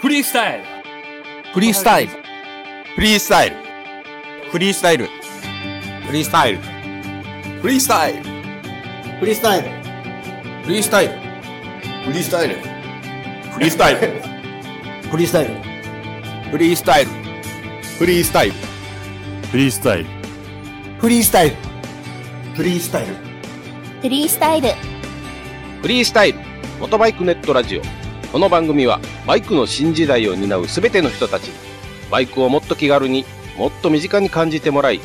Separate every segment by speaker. Speaker 1: フリースタイル
Speaker 2: フリースタイル。
Speaker 3: フリースタイル。フリースタイル。フリースタイル。フリースタイル。
Speaker 4: フリースタイル。
Speaker 2: フリースタイル。
Speaker 5: フリースタイル。
Speaker 3: フリースタイル。
Speaker 4: フリースタイル。
Speaker 3: フリースタイル。フリースタイル。
Speaker 6: フリースタイル。
Speaker 4: フリースタイル。フリースタイル。
Speaker 7: フリースタイル
Speaker 8: フリースタイル元バイクネットラジオこの番組はバイクの新時代を担うすべての人たちにバイクをもっと気軽にもっと身近に感じてもらい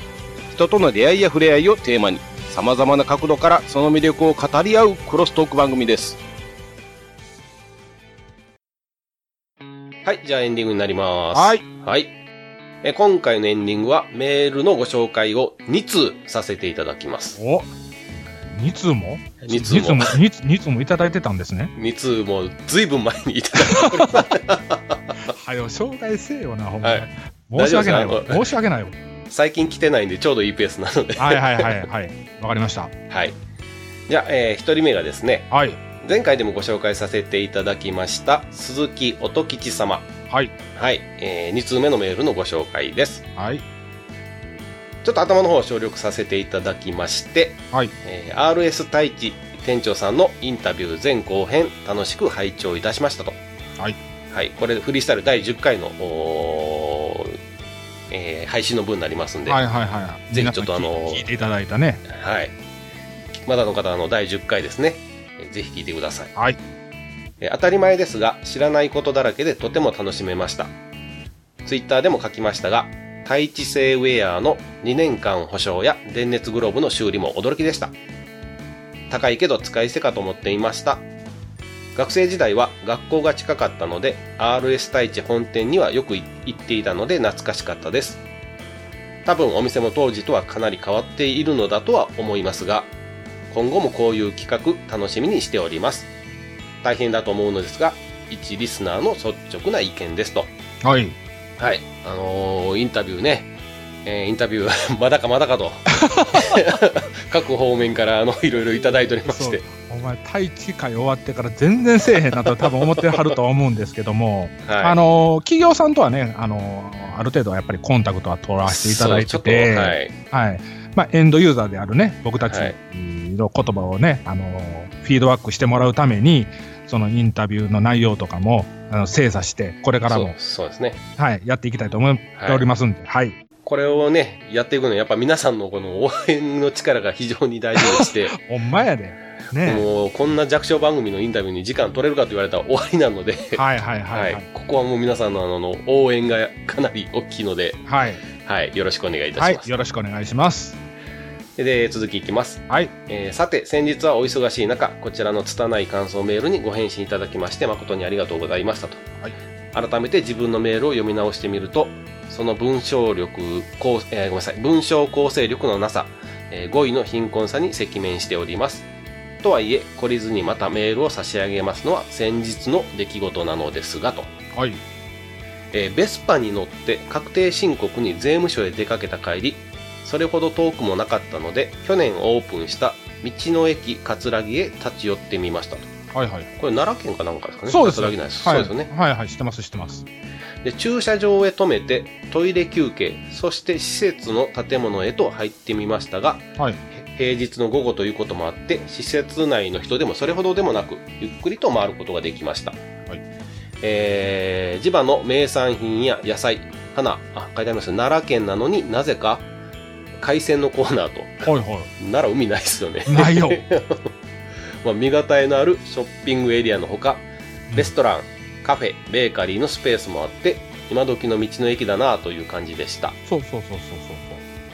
Speaker 8: 人との出会いや触れ合いをテーマにさまざまな角度からその魅力を語り合うクロストーク番組ですはいじゃあエンディングになります
Speaker 3: はい、
Speaker 8: はいえ今回のエンディングはメールのご紹介を2通させていただきます
Speaker 9: お2通も
Speaker 8: 2通も
Speaker 9: 2通も ,2 通もいただいてたんですね。
Speaker 8: 2通もずいぶん前にいただいて
Speaker 9: はよ、紹介せえよな、ほんま
Speaker 8: はい
Speaker 9: に。申し訳ない
Speaker 8: 大丈夫
Speaker 9: わ
Speaker 8: で。す
Speaker 9: 申し訳ないわ。
Speaker 8: 最近来てないんでちょうどいいペースなので
Speaker 9: はいはいはいはい。わかりました。
Speaker 8: はいじゃあ、え1人目がですね
Speaker 9: はい。
Speaker 8: 前回でもご紹介させていただきました鈴木音吉様
Speaker 9: はい。
Speaker 8: はい、え2通目のメールのご紹介です
Speaker 9: はい。
Speaker 8: ちょっと頭の方を省略させていただきまして、
Speaker 9: はい
Speaker 8: えー RS 太一店長さんのインタビュー前後編楽しく拝聴いたしましたと
Speaker 9: はい、
Speaker 8: はい、これフリースタイル第10回のおーえー配信の分になりますんで
Speaker 9: はいはいはい。
Speaker 8: ぜひ
Speaker 9: 皆
Speaker 8: ち
Speaker 9: さ
Speaker 8: ょ
Speaker 9: ん
Speaker 8: っとあの
Speaker 9: 聞いていただいたね。
Speaker 8: はい。まだの方、あの、第10回ですね。えぜひ聞いてください。
Speaker 9: はい
Speaker 8: え。当たり前ですが、知らないことだらけでとても楽しめました。ツイッターでも書きましたが、耐地性ウェアの2年間保証や電熱グローブの修理も驚きでした。高いけど使い捨てかと思っていました。学生時代は学校が近かったので、RS 太一本店にはよくい行っていたので懐かしかったです。多分お店も当時とはかなり変わっているのだとは思いますが今後もこういう企画楽しみにしております大変だと思うのですが一リスナーの率直な意見ですと
Speaker 9: はい。
Speaker 8: はいあのーインタビューねえーインタビュー まだかまだか と各方面からあのいろいろいただいておりまし
Speaker 9: そう
Speaker 8: て
Speaker 9: お前、大地会終わってから全然せえへんなと多分思ってはるとは思うんですけども、
Speaker 8: はい
Speaker 9: あの企業さんとはね、あのある程度はやっぱりコンタクトは取らせていただいて
Speaker 8: そうちょ
Speaker 9: て、
Speaker 8: っとはい
Speaker 9: はいまあ、エンドユーザーであるね僕たち
Speaker 8: はい
Speaker 9: の言葉をね、あのフィードバックしてもらうためにそのインタビューの内容とかもあの精査してこれから
Speaker 8: そ
Speaker 9: も
Speaker 8: う、そうですね
Speaker 9: はい、やっていきたいと思っておりますんで、はい
Speaker 8: これをねやっていくのはやっぱ皆さんのこの応援の力が非常に大事でして
Speaker 9: ほんまやで、 ね
Speaker 8: もうこんな弱小番組のインタビューに時間取れるかと言われたら終わりなので、
Speaker 9: はいはい
Speaker 8: は
Speaker 9: はいいはい、
Speaker 8: ここはもう皆さんのあのあの応援がかなり大きいので、
Speaker 9: はい
Speaker 8: はい、よろしくお願いいた
Speaker 9: は
Speaker 8: し
Speaker 9: い
Speaker 8: ます。
Speaker 9: よろしくお願いします。
Speaker 8: で続きいきます、
Speaker 9: はい
Speaker 8: えーさて先日はお忙しい中こちらの拙い感想メールにご返信いただきまして誠にありがとうございましたと、
Speaker 9: はい
Speaker 8: 改めて自分のメールを読み直してみるとその文章力構、えーごめんなさい文章構成力のなさ、え5位の貧困さに赤面しておりますとはいえ懲りずにまたメールを差し上げますのは先日の出来事なのですがと
Speaker 9: はい
Speaker 8: えーベスパに乗って確定申告に税務署へ出かけた帰りそれほど遠くもなかったので去年オープンした道の駅葛城へ立ち寄ってみましたと
Speaker 9: はいはい
Speaker 8: これ奈良県かなんかですかね
Speaker 9: そうです。
Speaker 8: 葛城なんです、
Speaker 9: はい、
Speaker 8: そうですよね
Speaker 9: はいはい、知ってます、知ってます。
Speaker 8: で駐車場へ止めてトイレ休憩そして施設の建物へと入ってみましたが
Speaker 9: はい。
Speaker 8: へ平日の午後ということもあって施設内の人でもそれほどでもなくゆっくりと回ることができました、
Speaker 9: い
Speaker 8: えー地場の名産品や野菜花あ書いてあります奈良県なのになぜか海鮮のコーナーと
Speaker 9: ほいほ
Speaker 8: 奈良海ないですよね
Speaker 9: い。ないよ。
Speaker 8: まあ、見応えのあるショッピングエリアのほかレストランカフェベーカリーのスペースもあって今時の道の駅だなという感じでした
Speaker 9: そうそうそうそうそうそう。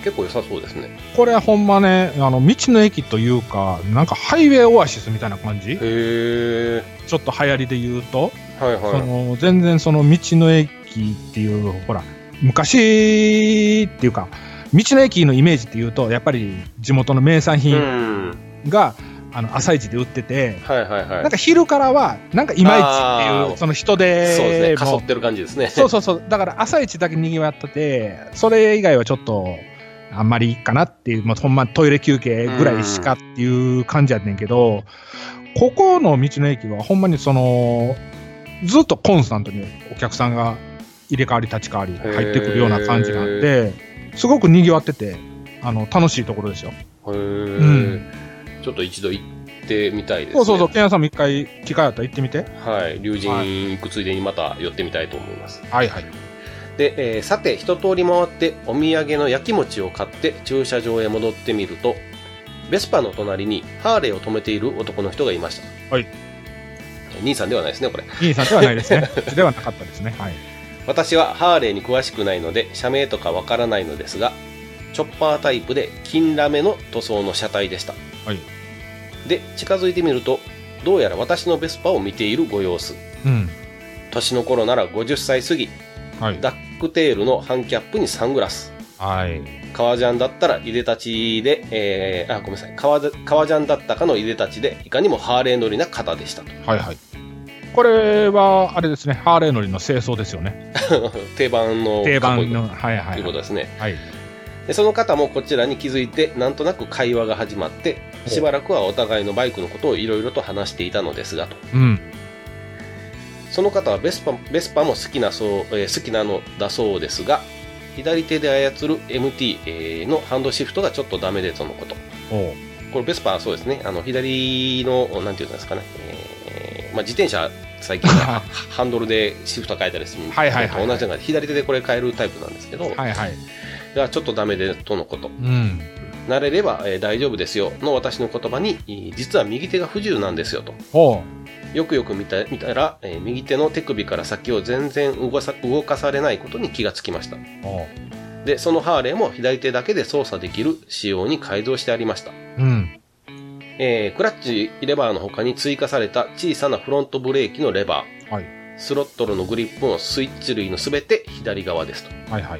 Speaker 8: 結構良さそうですね
Speaker 9: これほんまね、あの、道の駅というか、なんかハイウェイオアシスみたいな感じ
Speaker 8: へえ
Speaker 9: ちょっと流行りで言うと、
Speaker 8: はいはい
Speaker 9: その、全然その道の駅っていう、ほら、昔っていうか、道の駅のイメージっていうと、やっぱり地元の名産
Speaker 8: う
Speaker 9: 品
Speaker 8: ん
Speaker 9: が、あの、朝市で売ってて、
Speaker 8: はいはいはい。
Speaker 9: なんか昼からは、なんかいまいちって
Speaker 8: あ
Speaker 9: い
Speaker 8: ー
Speaker 9: う、その人
Speaker 8: そうですね。
Speaker 9: で
Speaker 8: かそ
Speaker 9: も
Speaker 8: ってる感じですね。
Speaker 9: そうそうそう。だから朝一だけ賑わってて、それ以外はちょっと、あんまりいいかなっていう、もうほんまトイレ休憩ぐらいしかっていう感じやねんけど、ここの道の駅はほんまにその、ずっとコンスタントにお客さんが入れ替わり立ち替わり入ってくるような感じがあって、すごく賑わってて、あの、楽しいところですよ。
Speaker 8: へー
Speaker 9: うん
Speaker 8: ちょっと一度行ってみたいです、ね。
Speaker 9: そうそうそう、ケンヤさんも一回機会あったら行ってみて。
Speaker 8: はい。龍神行くついでにまた寄ってみたいと思います。
Speaker 9: はいはい。
Speaker 8: で、えーさて、一通り回ってお土産の焼き餅を買って駐車場へ戻ってみると、ベスパの隣にハーレーを止めている男の人がいました。
Speaker 9: はい。
Speaker 8: 兄さんではないですね、これ。
Speaker 9: 兄さんではないですね。ではなかったですね。はい。
Speaker 8: 私はハーレーに詳しくないので社名とかわからないのですがチョッパータイプで金ラメの塗装の車体でした、
Speaker 9: はい
Speaker 8: で近づいてみるとどうやら私のベスパを見ているご様子
Speaker 9: うん。
Speaker 8: 年の頃なら50歳過ぎ
Speaker 9: はい。
Speaker 8: ダックテールのハンキャップにサングラス
Speaker 9: はい。
Speaker 8: 革ジャンだったらいでたちで、えーあごめんなさい革ジャ革ジャンだったかのいでたちでいかにもハーレー乗りな方でしたと
Speaker 9: はいはい。これは、あれですね、ハーレー乗りの清掃ですよね。
Speaker 8: 定番の
Speaker 9: 定番
Speaker 8: かっ
Speaker 9: の、は
Speaker 8: こい
Speaker 9: い
Speaker 8: いと
Speaker 9: はいいう
Speaker 8: こ。とですね、
Speaker 9: はい。
Speaker 8: でその方もこちらに気づいてなんとなく会話が始まって
Speaker 9: お
Speaker 8: しばらくはお互いのバイクのことをいろいろと話していたのですがと
Speaker 9: うん。
Speaker 8: その方はベスパベスパも好きなそう、えー好きなのだそうですが左手で操る MT、えーのハンドシフトがちょっとダメでとのこと
Speaker 9: おう
Speaker 8: これベスパはそうですねあの左のなんていうんですかね、えーまあ、自転車最近 はハンドルでシフト変えたりする
Speaker 9: はいはいはいはい
Speaker 8: 同じような左手でこれ変えるタイプなんですけど、
Speaker 9: はいはい。
Speaker 8: がちょっとダメでとのこと
Speaker 9: うん。
Speaker 8: 慣れれば、えー大丈夫ですよの私の言葉に、えー実は右手が不自由なんですよと。
Speaker 9: ほ
Speaker 8: よくよく見た見たら、えー右手の手首から先を全然動かさ動かされないことに気がつきました。
Speaker 9: う。おう。
Speaker 8: で、そのハーレーも左手だけで操作できる仕様に改造してありました。
Speaker 9: うん。
Speaker 8: えークラッチレバーの他に追加された小さなフロントブレーキのレバー、
Speaker 9: はい
Speaker 8: スロットルのグリップもスイッチ類の全て左側ですと。
Speaker 9: はいはい。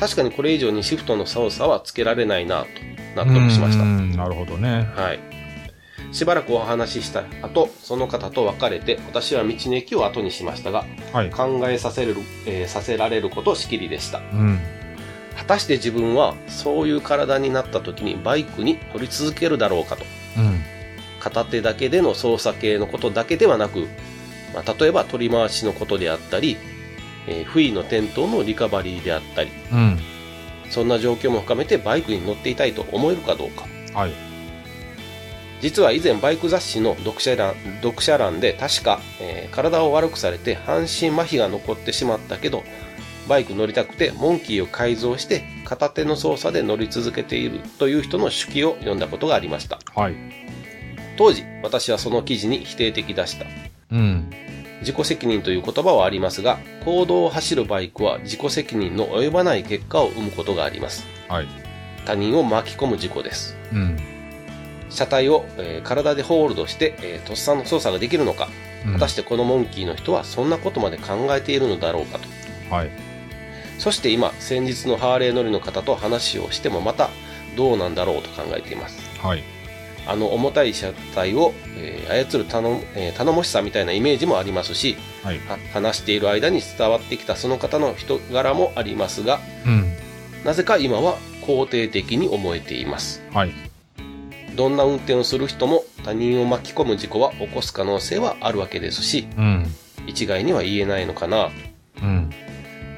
Speaker 8: 確かにこれ以上にシフトの操作はつけられないなと納得しました
Speaker 9: う。んなるほどね。
Speaker 8: はい。しばらくお話しした後、その方と別れて、私は道の駅を後にしましたが、
Speaker 9: はい。
Speaker 8: 考えさせる、えーさせられることしきりでした。
Speaker 9: うん。
Speaker 8: 果たして自分は、そういう体になった時にバイクに乗り続けるだろうかと。
Speaker 9: うん。
Speaker 8: 片手だけでの操作系のことだけではなく、まあ、例えば取り回しのことであったり、えー不意の転倒のリカバリーであったり、
Speaker 9: うん。
Speaker 8: そんな状況も含めてバイクに乗っていたいと思えるかどうか。
Speaker 9: はい。
Speaker 8: 実は以前バイク雑誌の読者欄読者欄で確か、えー体を悪くされて半身麻痺が残ってしまったけどバイク乗りたくてモンキーを改造して片手の操作で乗り続けているという人の手記を読んだことがありました
Speaker 9: はい。
Speaker 8: 当時私はその記事に否定的だした
Speaker 9: うん。
Speaker 8: 自己責任という言葉はありますが行動を走るバイクは自己責任の及ばない結果を生むことがあります
Speaker 9: はい。
Speaker 8: 他人を巻き込む事故です
Speaker 9: うん。
Speaker 8: 車体を、えー体でホールドして、えーとっさの操作ができるのか
Speaker 9: うん
Speaker 8: 果たしてこのモンキーの人はそんなことまで考えているのだろうかと
Speaker 9: はい。
Speaker 8: そして今先日のハーレー乗りの方と話をしてもまたどうなんだろうと考えています
Speaker 9: はい。
Speaker 8: あの重たい車体を、えー操る頼,、えー頼もしさみたいなイメージもありますし
Speaker 9: はい。
Speaker 8: は話している間に伝わってきたその方の人柄もありますが
Speaker 9: うん。
Speaker 8: なぜか今は肯定的に思えています
Speaker 9: はい。
Speaker 8: どんな運転をする人も他人を巻き込む事故は起こす可能性はあるわけですし
Speaker 9: うん。
Speaker 8: 一概には言えないのかな
Speaker 9: うん。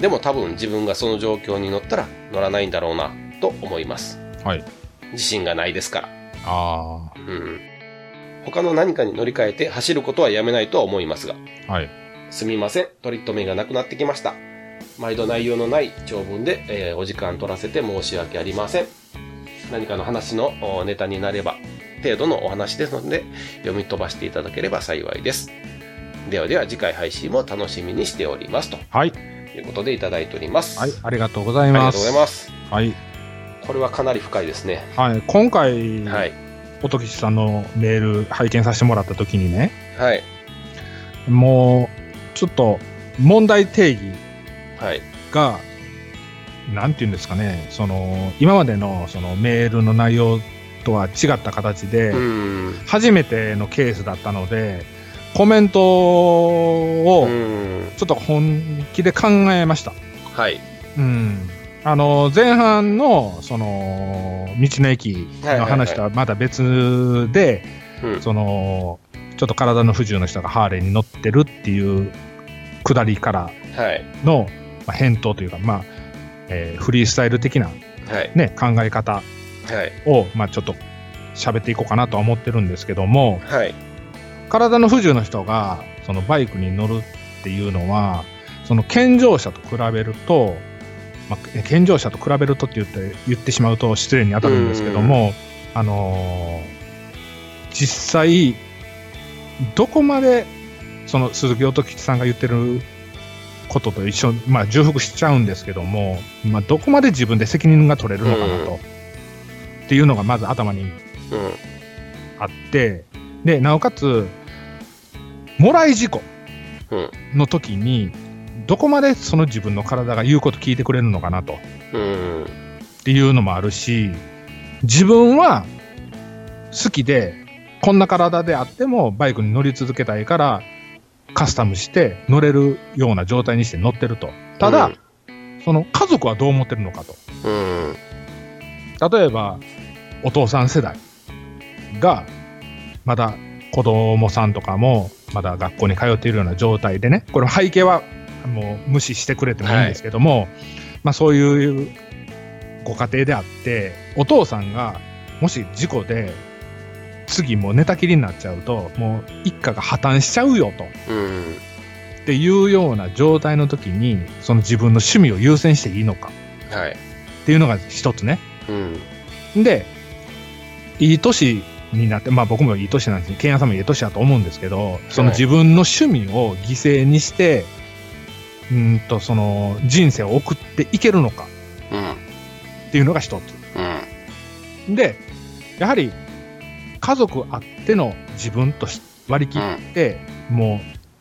Speaker 8: でも多分自分がその状況に乗ったら乗らないんだろうなと思います。
Speaker 9: はい。
Speaker 8: 自信がないですから。
Speaker 9: あ
Speaker 8: うん。他の何かに乗り換えて走ることはやめないとは思いますが。
Speaker 9: あ。はい。
Speaker 8: すみません。取り留めがなくなってきました。毎度内容のない長文で、えーお時間取らせて申し訳ありません。何かの話のおネタになれば、程度のお話ですので、読み飛ばしていただければ幸いです。ではでは次回配信も楽しみにしております。と
Speaker 9: はい。
Speaker 8: いうことでいただいております。
Speaker 9: はい。ありがとうござい
Speaker 8: あり
Speaker 9: ま
Speaker 8: が
Speaker 9: す。
Speaker 8: とうございます。
Speaker 9: はい。
Speaker 8: これはかなり深いですね。
Speaker 9: はい。今回、
Speaker 8: はい。
Speaker 9: 音吉さんのメール拝見させてもらった時にね、
Speaker 8: はい。
Speaker 9: もう、ちょっと、問題定義
Speaker 8: はい。
Speaker 9: が、なんていうんですかね、その、今までの、その、メールの内容とは違った形で、
Speaker 8: うーん。
Speaker 9: 初めてのケースだったので、コメントを
Speaker 8: う、ーん。
Speaker 9: ちょっと本気で考えました。
Speaker 8: はい。
Speaker 9: うん。あの、前半の、その、道の駅の話とはまた別で、
Speaker 8: うん。
Speaker 9: その、ちょっと体の不自由な人がハーレーに乗ってるっていうくだりから
Speaker 8: はい。
Speaker 9: の、まあ、返答というか、まあえーフリースタイル的な、
Speaker 8: はい。
Speaker 9: ね、考え方
Speaker 8: はい。
Speaker 9: を、まあ、ちょっと喋っていこうかなとは思ってるんですけども
Speaker 8: はい。
Speaker 9: 体の不自由な人がそのバイクに乗るっていうのはその健常者と比べると、まあ、え健常者と比べるとって言って言ってしまうと失礼に当たるんですけども、あのー実際どこまでその鈴木音吉さんが言ってることと一緒、まあ、重複しちゃうんですけども、まあ、どこまで自分で責任が取れるのかなと、
Speaker 8: う
Speaker 9: っていうのがまず頭に
Speaker 8: うん。
Speaker 9: あってでなおかつもらい事故
Speaker 8: うん
Speaker 9: の時にどこまでその自分の体が言うこと聞いてくれるのかなと
Speaker 8: うん。
Speaker 9: っていうのもあるし自分は好きでこんな体であってもバイクに乗り続けたいからカスタムして乗れるような状態にして乗ってるとただ、その家族はどう思ってるのかと
Speaker 8: うん。
Speaker 9: 例えばお父さん世代がまだ子供さんとかもまだ学校に通っているような状態でねこれ背景はもう無視してくれてもいいんですけども、まあ、そういうご家庭であってお父さんがもし事故で次もう寝たきりになっちゃうともう一家が破綻しちゃうよと
Speaker 8: うん。
Speaker 9: っていうような状態の時にその自分の趣味を優先していいのか
Speaker 8: はい。
Speaker 9: っていうのが一つね。
Speaker 8: うん。
Speaker 9: で、いい年になって、まあ僕もいい年なんですけど、ケンヤさんもいい年だと思うんですけど、その
Speaker 8: はい
Speaker 9: 自分の趣味を犠牲にして、うーんと、その人生を送っていけるのか
Speaker 8: うん。
Speaker 9: っていうのが一
Speaker 8: うん。
Speaker 9: つ。で、やはり家族あっての自分とし割り切って、も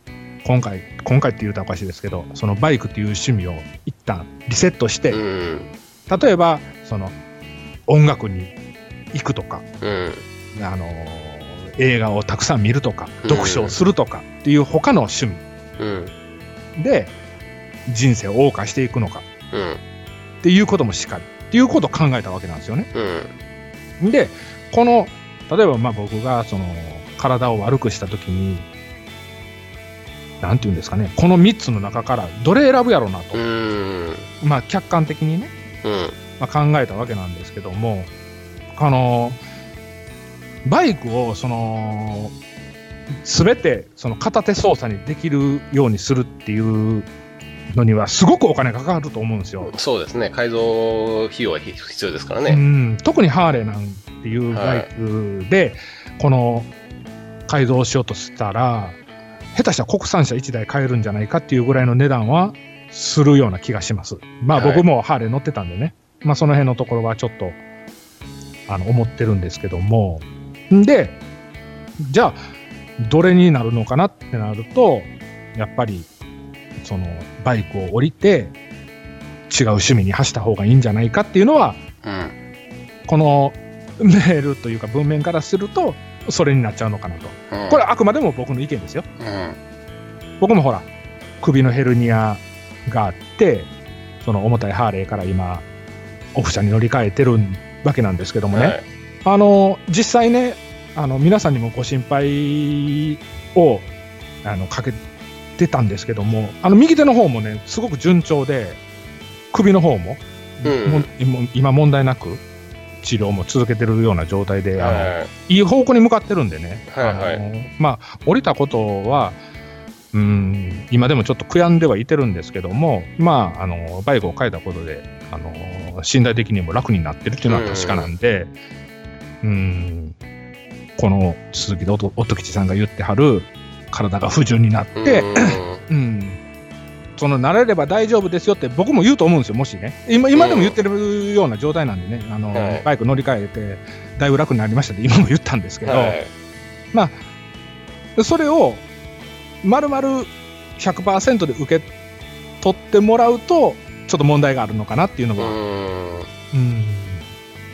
Speaker 9: う今回、今回って言うとおかしいですけど、そのバイクっていう趣味を一旦リセットして、
Speaker 8: うん。
Speaker 9: 例えば、その音楽に行くとか、
Speaker 8: うん。
Speaker 9: あの映画をたくさん見るとか
Speaker 8: うん
Speaker 9: 読書をするとかっていう他の趣味
Speaker 8: うん。
Speaker 9: で人生を謳歌していくのか
Speaker 8: うん。
Speaker 9: っていうこともしっかりっていうことを考えたわけなんですよね。
Speaker 8: うん。
Speaker 9: でこの例えばまあ僕がその体を悪くした時になんて言うんですかねこの3つの中からどれ選ぶやろうなと、
Speaker 8: うん。
Speaker 9: まあ客観的にね、
Speaker 8: うん。
Speaker 9: まあ、考えたわけなんですけどもあのバイクをその全てその片手操作にできるようにするっていうのにはすごくお金がかかると思うんですよ。
Speaker 8: そうですね。改造費用は必要ですから
Speaker 9: う
Speaker 8: ね。
Speaker 9: ん特にハーレーなんていうバイクで、この改造をしようとしたら下手したら国産車1台買えるんじゃないかっていうぐらいの値段はするような気がします。まあ
Speaker 8: はい
Speaker 9: 僕もハーレー乗ってたんでね、まあその辺のところはちょっとあの思ってるんですけども。んで、じゃあどれになるのかなってなると、やっぱりそのバイクを降りて違う趣味に走った方がいいんじゃないかっていうのは
Speaker 8: うん。
Speaker 9: このメールというか文面からするとそれになっちゃうのかなとこれはあくまでも僕の意見ですよ
Speaker 8: うん。
Speaker 9: 僕もほら首のヘルニアがあってその重たいハーレーから今オフ車に乗り換えてるわけなんですけどもね、
Speaker 8: はい。
Speaker 9: あの実際ねあの皆さんにもご心配をあのかけてたんですけどもあの右手の方もねすごく順調で首の方も,
Speaker 8: うん
Speaker 9: も、も今問題なく治療も続けてるような状態で、あの
Speaker 8: はい
Speaker 9: い方向に向かってるんでね、
Speaker 8: はいはい
Speaker 9: あのまあ、降りたことは、うん、今でもちょっと悔やんではいてるんですけども、まあ、あのバイクを変えたことであの、身体的にも楽になってるっていうのは確かなんで、うん、この鈴木音音吉さんが言ってはる、体が不自由になっ
Speaker 8: うん。
Speaker 9: て、うん、その慣れれば大丈夫ですよって僕も言うと思うんですよ、もしね。今今でも言ってるような状態なんでね、あの
Speaker 8: はい
Speaker 9: バイク乗り換えて、だいぶ楽になりましたって今も言ったんですけど、
Speaker 8: はい。
Speaker 9: それを丸々100%で受け取ってもらうと、ちょっと問題があるのかなっていうの
Speaker 8: う
Speaker 9: が、
Speaker 8: ん。
Speaker 9: うん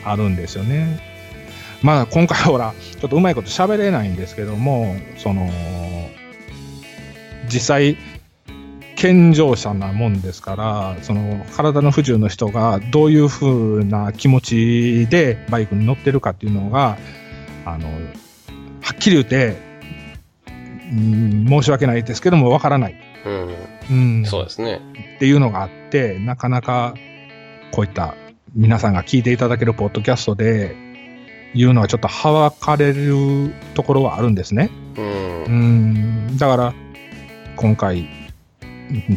Speaker 9: あるんですよね。まあ今回ほら、ちょっとうまいこと喋れないんですけども、その、実際、健常者なもんですから、その体の不自由の人がどういう風な気持ちでバイクに乗ってるかっていうのが、あの、はっきり言って、うん申し訳ないですけども、わからない。
Speaker 8: うん。
Speaker 9: うん。
Speaker 8: そうですね。
Speaker 9: っていうのがあって、なかなかこういった皆さんが聞いていただけるポッドキャストで言うのはちょっとはばかれるところはあるんですね。
Speaker 8: う。
Speaker 9: うんん。だから、今回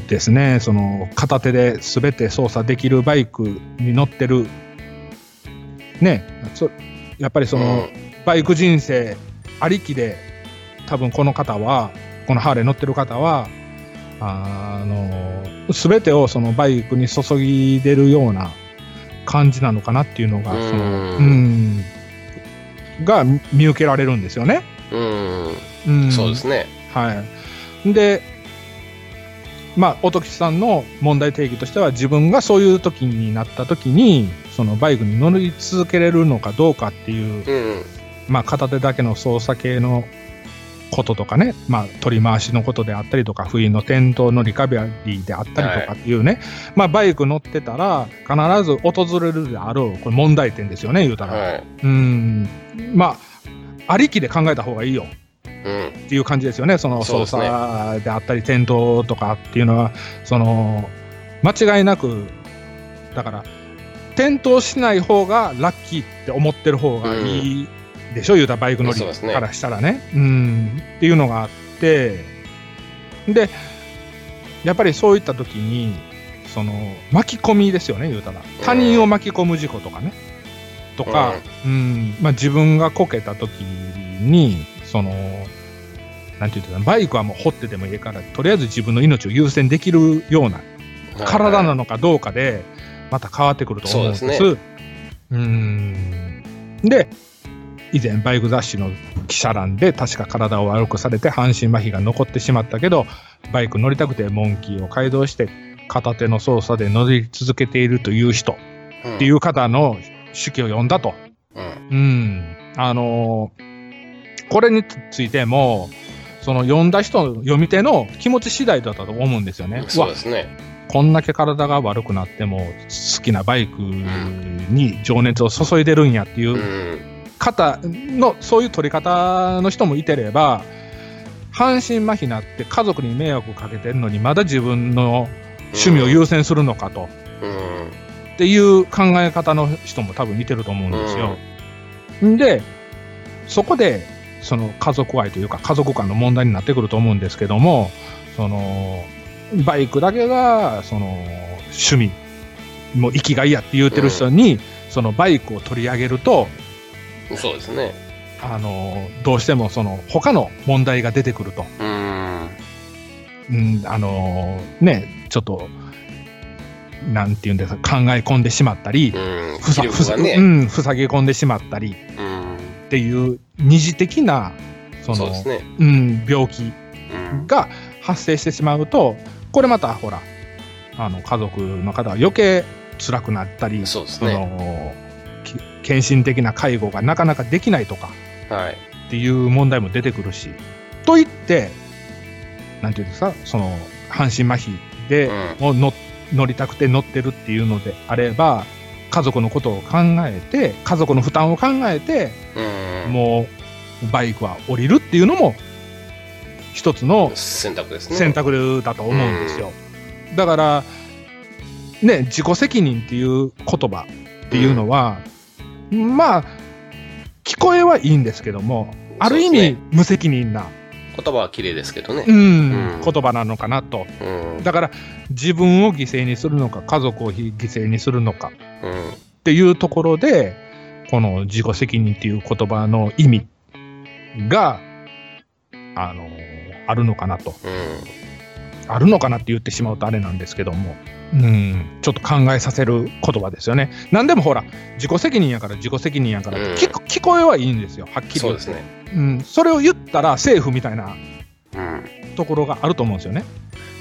Speaker 9: ですね、その片手で全て操作できるバイクに乗ってる、ね、そやっぱりその、バイク人生ありきで、多分この方は、このハーレー乗ってる方は、あの、すべてをそのバイクに注ぎ出るような感じなのかなっていうのが、そ
Speaker 8: う
Speaker 9: の、うんん、が見受けられるんですよね。
Speaker 8: うん。
Speaker 9: うん、
Speaker 8: そうですね。
Speaker 9: はい。で、まあ、音吉さんの問題定義としては、自分がそういう時になった時に、そのバイクに乗り続けれるのかどうかっていう
Speaker 8: うん。
Speaker 9: まあ、片手だけの操作系のこととかね、まあ、取り回しのことであったりとか、不意の転倒のリカバリーであったりとかっていうね、まあ、バイク乗ってたら、必ず訪れるであろう、これ問題点ですよね、言うたら。
Speaker 8: はい。
Speaker 9: うん。まあ、ありきで考えた方がいいよ
Speaker 8: うん。
Speaker 9: っていう感じですよね、その
Speaker 8: そう
Speaker 9: 操
Speaker 8: ですね
Speaker 9: 作であったり、転倒とかっていうのは、その、間違いなく、だから、転倒しない方がラッキーって思ってる方がいいでしょ、言うたらバイク乗り
Speaker 8: そうですね
Speaker 9: からしたらね。うん、っていうのがあって、で、やっぱりそういった時に、その、巻き込みですよね、言うたら。他人を巻き込む事故とかね。とか、うん、まあ自分がこけた時に、その、なんて言うてたバイクはもう掘ってでもいいから、とりあえず自分の命を優先できるような
Speaker 8: はい
Speaker 9: 体なのかどうかで、また変わってくると思うんです。
Speaker 8: そうです
Speaker 9: うーん。で、以前バイク雑誌の記者欄で確か体を悪くされて半身麻痺が残ってしまったけど、バイク乗りたくてモンキーを改造して片手の操作で乗り続けているという人
Speaker 8: うん
Speaker 9: っていう方の手記を読んだと。
Speaker 8: うん。
Speaker 9: うん。あのーこれについても、その読んだ人、読み手の気持ち次第だったと思うんですよね。
Speaker 8: そうですね。。
Speaker 9: こんだけ体が悪くなっても好きなバイクに情熱を注いでるんやっていううん方のそういう取り方の人もいてれば半身麻痺になって家族に迷惑をかけてるのにまだ自分の趣味を優先するのかと、
Speaker 8: うん。
Speaker 9: っていう考え方の人も多分いてると思うんですよ。でそこでその家族愛というか家族間の問題になってくると思うんですけどもそのバイクだけがその趣味もう生きがいやって言うてる人に、そのバイクを取り上げると
Speaker 8: うんそうですね。
Speaker 9: あのどうしてもその他の問題が出てくると。
Speaker 8: うん。
Speaker 9: うん、あのねちょっとなんて言うんですか考え込んでしまったり、
Speaker 8: うん。
Speaker 9: ふ
Speaker 8: 気
Speaker 9: さふ
Speaker 8: 力
Speaker 9: さ
Speaker 8: が
Speaker 9: う
Speaker 8: ね。
Speaker 9: ん、ふさぎ込んでしまったり
Speaker 8: うん。
Speaker 9: っていう二次的なその
Speaker 8: そうですね。
Speaker 9: うん、病気
Speaker 8: うん。
Speaker 9: が発生してしまうとこれまたほらあの家族の方は余計辛くなったり
Speaker 8: そうです
Speaker 9: そ
Speaker 8: ね。
Speaker 9: のき献身的な介護がなかなかできないとか
Speaker 8: はい。
Speaker 9: っていう問題も出てくるしといってなんていうんですかその半身麻痺で、
Speaker 8: う
Speaker 9: を乗乗りたくて乗ってるっていうのであれば家族のことを考えて家族の負担を考えて
Speaker 8: ん。
Speaker 9: もうバイクは降りるっていうのも一つの
Speaker 8: 選択ですね。
Speaker 9: 選。択だと思うんですよ。だから、ね、自己責任っていう言葉っていうのは、まあ、聞こえはいいんですけども、ある意
Speaker 8: そうです
Speaker 9: 味
Speaker 8: ね
Speaker 9: 無責任な、
Speaker 8: 言葉は綺麗ですけどね
Speaker 9: う。ん
Speaker 8: うん
Speaker 9: 言葉なのかなと。
Speaker 8: うん。うん。
Speaker 9: だから、自分を犠牲にするのか、家族を犠牲にするのかっていうところで、この自己責任っていう言葉の意味が、あの、あるのかなと。
Speaker 8: うん。
Speaker 9: あるのかなって言ってしまうとあれなんですけども、うん、ちょっと考えさせる言葉ですよね。何でもほら、自己責任やから自己責任やから、
Speaker 8: うん
Speaker 9: 聞こ聞こえはいいんですよ、はっきり
Speaker 8: そうで
Speaker 9: 言って。
Speaker 8: すね。
Speaker 9: うん、それを言ったら政府みたいな
Speaker 8: うん。
Speaker 9: ところがあると思うんですよね。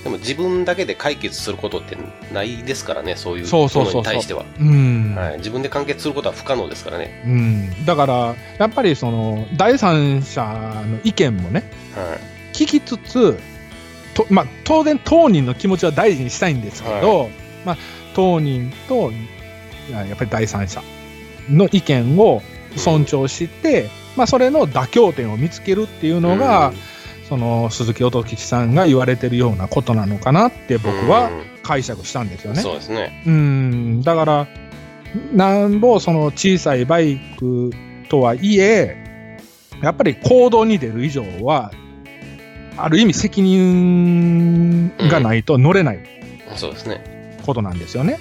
Speaker 8: でも自分だけで解決することってないですからね、そういう
Speaker 9: そ
Speaker 8: も
Speaker 9: うそう
Speaker 8: の
Speaker 9: そうそ
Speaker 8: に
Speaker 9: う
Speaker 8: 対しては。
Speaker 9: うん、
Speaker 8: はい、自分で完結することは不可能ですからね。
Speaker 9: うん、だから、やっぱりその第三者の意見もね、
Speaker 8: はい。
Speaker 9: 聞きつつ、とまあ、当然、当人の気持ちは大事にしたいんですけど、まあ、当人とややっぱり第三者の意見を尊重して、まあ、それの妥協点を見つけるっていうのが、
Speaker 8: うん
Speaker 9: その鈴木音吉さんが言われてるようなことなのかなって僕は解釈したんです
Speaker 8: う
Speaker 9: よ
Speaker 8: ん
Speaker 9: ね。
Speaker 8: そうですね。
Speaker 9: うん、だから、なんぼその小さいバイクとはいえ、やっぱり行動に出る以上は、ある意味責任がないと乗れない
Speaker 8: そうですね。
Speaker 9: ことなんですよね。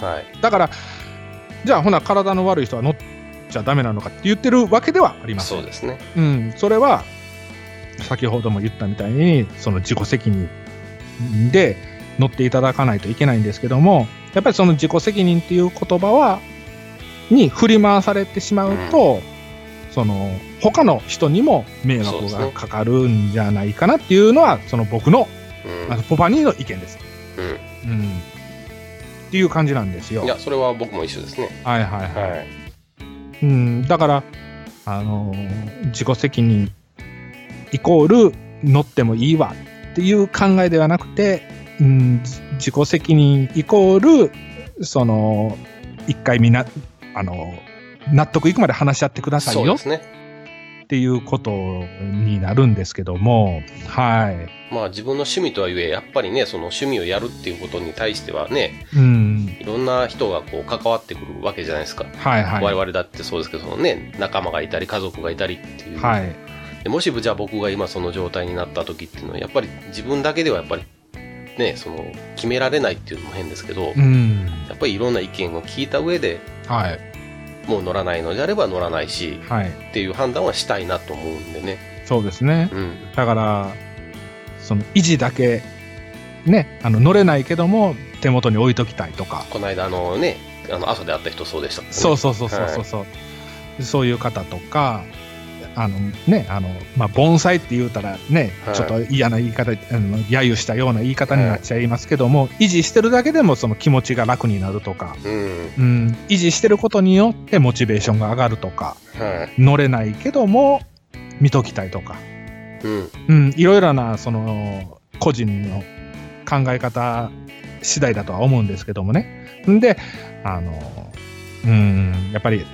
Speaker 8: はい。
Speaker 9: だから、じゃあほな体の悪い人は乗っちゃダメなのかって言ってるわけではありません。
Speaker 8: そうですね。
Speaker 9: うん、それは先ほども言ったみたいにその自己責任で乗っていただかないといけないんですけどもやっぱりその自己責任っていう言葉はに振り回されてしまうと、その他の人にも迷
Speaker 8: そう
Speaker 9: 惑
Speaker 8: です
Speaker 9: が
Speaker 8: ね
Speaker 9: かかるんじゃないかなっていうのはその僕の
Speaker 8: うん
Speaker 9: あのポパニーの意見です。
Speaker 8: う
Speaker 9: うんっていう感じなんですよ。
Speaker 8: いや、
Speaker 9: はい
Speaker 8: それは僕も一緒ですね。
Speaker 9: はいはい。
Speaker 8: はい。
Speaker 9: うん、だから、あのー自己責任イコール乗ってもいいわっていう考えではなくて、うん、じ自己責任イコールその一回みんな、あのー納得いくまで話し合ってくださ
Speaker 8: そ
Speaker 9: いうよ
Speaker 8: で
Speaker 9: っ
Speaker 8: すね。
Speaker 9: ていうことになるんですけども、はい。
Speaker 8: まあ自分の趣味とはいえ、やっぱりね、その趣味をやるっていうことに対してはね、
Speaker 9: うん、
Speaker 8: いろんな人がこう関わってくるわけじゃないですか。
Speaker 9: はいはい。
Speaker 8: 我々だってそうですけど、そのね、仲間がいたり、家族がいたりっていう。
Speaker 9: はい。
Speaker 8: でもし、じゃあ僕が今その状態になった時っていうのは、やっぱり自分だけではやっぱり、ね、その、決められないっていうのも変ですけど、
Speaker 9: うん、
Speaker 8: やっぱりいろんな意見を聞いた上で、
Speaker 9: はい。
Speaker 8: もう乗らないのであれば乗らないし、
Speaker 9: はい。
Speaker 8: っていう判断はしたいなと思うんでね。
Speaker 9: そうですね。
Speaker 8: うん。
Speaker 9: だから、その維持だけ、ね、あの乗れないけども、手元に置いときたいとか、
Speaker 8: この間あのね、あの、朝で会った人そうでしたもんね。
Speaker 9: そうそうそうそうそうそう、そういう方とか、あのね、あの、まあ、盆栽って言うたらね、
Speaker 8: はい
Speaker 9: ちょっと嫌な言い方、あの揶揄したような言い方になっちゃいますけども、維持してるだけでもその気持ちが楽になるとか、
Speaker 8: うん。
Speaker 9: うん、維持してることによってモチベーションが上がるとか、
Speaker 8: は
Speaker 9: 乗れないけども、見ときたいとか、
Speaker 8: い。うん。
Speaker 9: うん、いろいろなその個人の考え方次第だとは思うんですけどもね。んで、あの、うん、やっぱり、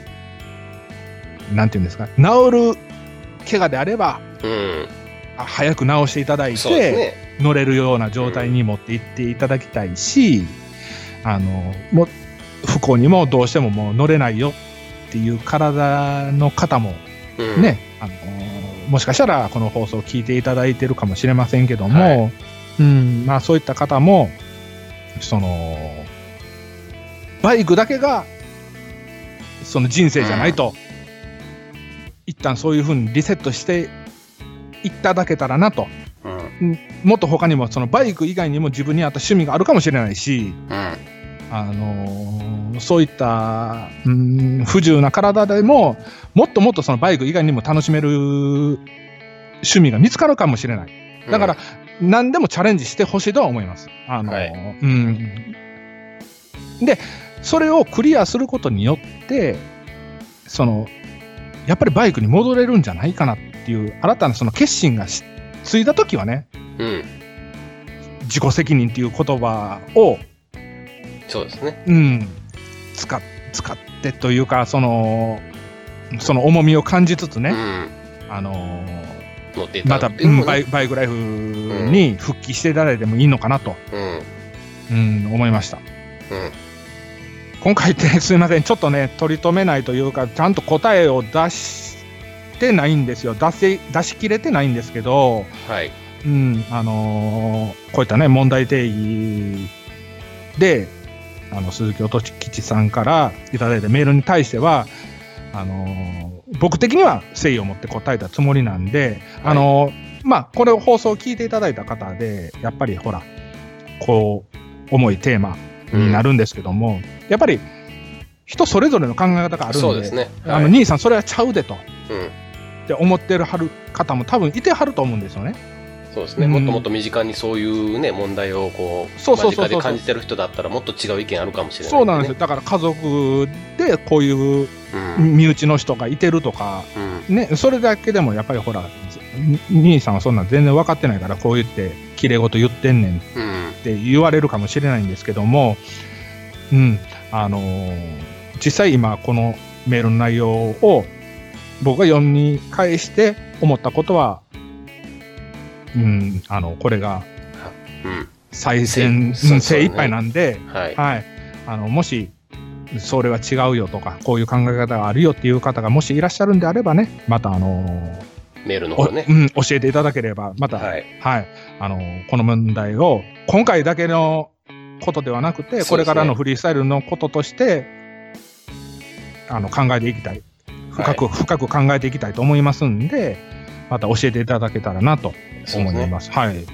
Speaker 9: なんていうんですか、治る怪我であれば、
Speaker 8: うん。
Speaker 9: あ早く治していただい
Speaker 8: そうで
Speaker 9: て、
Speaker 8: すね。
Speaker 9: 乗れるような状態に持っていっていただきたいし、あの、もう不幸にもどうしてももう乗れないよっていう体の方も
Speaker 8: うん。
Speaker 9: ね、あのーもしかしたらこの放送を聞いていただいてるかもしれませんけども、
Speaker 8: は
Speaker 9: うんまあ、そういった方もそのバイクだけがその人生じゃないと、一旦そういうふうにリセットしていただけたらなと
Speaker 8: うん。うん。
Speaker 9: もっと他にもそのバイク以外にも自分に合った趣味があるかもしれないし、あのーそういった、うん、不自由な体でも、もっともっとそのバイク以外にも楽しめる趣味が見つかるかもしれない。だから、、何でもチャレンジしてほしいとは思います。あのー
Speaker 8: はい
Speaker 9: うん。で、それをクリアすることによって、その、やっぱりバイクに戻れるんじゃないかなっていう、新たなその決心がしついた時はね、
Speaker 8: うん。
Speaker 9: 自己責任っていう言葉を
Speaker 8: そうですね。
Speaker 9: うん、使っ使ってというかそのその重みを感じつつ
Speaker 8: う
Speaker 9: ね、
Speaker 8: ん。
Speaker 9: あのー
Speaker 8: 乗ってい
Speaker 9: ま
Speaker 8: ただ
Speaker 9: た、う
Speaker 8: くっていうの
Speaker 9: ん
Speaker 8: も
Speaker 9: バイ
Speaker 8: ね
Speaker 9: バイクライフに復帰していただいてもいいのかなと、
Speaker 8: うん。
Speaker 9: うん、思いました
Speaker 8: うん。
Speaker 9: 今回ってすいませんちょっとね取り留めないというかちゃんと答えを出してないんですよ出せ出し切れてないんですけど、
Speaker 8: はい。
Speaker 9: うん、あのーこういったね、問題定義で、あの、鈴木音吉さんからいただいたメールに対しては、あのー僕的には誠意を持って答えたつもりなんで、あのーまあ、これを放送を聞いていただいた方で、やっぱりほら、こう、重いテーマになるんですけども、やっぱり、人それぞれの考え方があるんで、
Speaker 8: そうですね。
Speaker 9: あの、
Speaker 8: はい
Speaker 9: 兄さんそれはちゃうでと、っ
Speaker 8: うん。
Speaker 9: て思ってるはる方も多分いてはると思うんですよね。
Speaker 8: そうですね。
Speaker 9: うん
Speaker 8: もっともっと身近にそういうね、問題をこう、
Speaker 9: そうそうそう
Speaker 8: 間近
Speaker 9: そう
Speaker 8: で感じてる人だったら、もっと違う意見あるかもしれない。
Speaker 9: そうなんですよ。。だから家族でこういう
Speaker 8: うん。
Speaker 9: 身内の人がいてるとか、
Speaker 8: うん。
Speaker 9: ね、それだけでもやっぱりほら、に兄さんはそんなん全然分かってないから、こう言って、綺麗事言ってんねんっ
Speaker 8: うん。
Speaker 9: て言われるかもしれないんですけども、うん、あのー実際今このメールの内容を僕が読み返して思ったことは、うん、あの、これが
Speaker 8: うん。
Speaker 9: 最先
Speaker 8: そうそう
Speaker 9: うん
Speaker 8: そう
Speaker 9: 精一杯なんで、
Speaker 8: はい。
Speaker 9: はい。あの、もし、それは違うよとか、こういう考え方があるよっていう方がもしいらっしゃるんであればね、また、あの
Speaker 8: メールの
Speaker 9: お
Speaker 8: 方
Speaker 9: う
Speaker 8: ね。
Speaker 9: ん、教えていただければ、また、はい、
Speaker 8: はい。
Speaker 9: あのこの問題を、今回だけのことではなくて、
Speaker 8: ね
Speaker 9: これからのフリースタイルのこととして、あの、考えていきたい。深く、深く考えていきたいと思いますんで、また教えていただけたらなと
Speaker 8: そうで
Speaker 9: 思
Speaker 8: す
Speaker 9: い
Speaker 8: ね。
Speaker 9: ます。はい。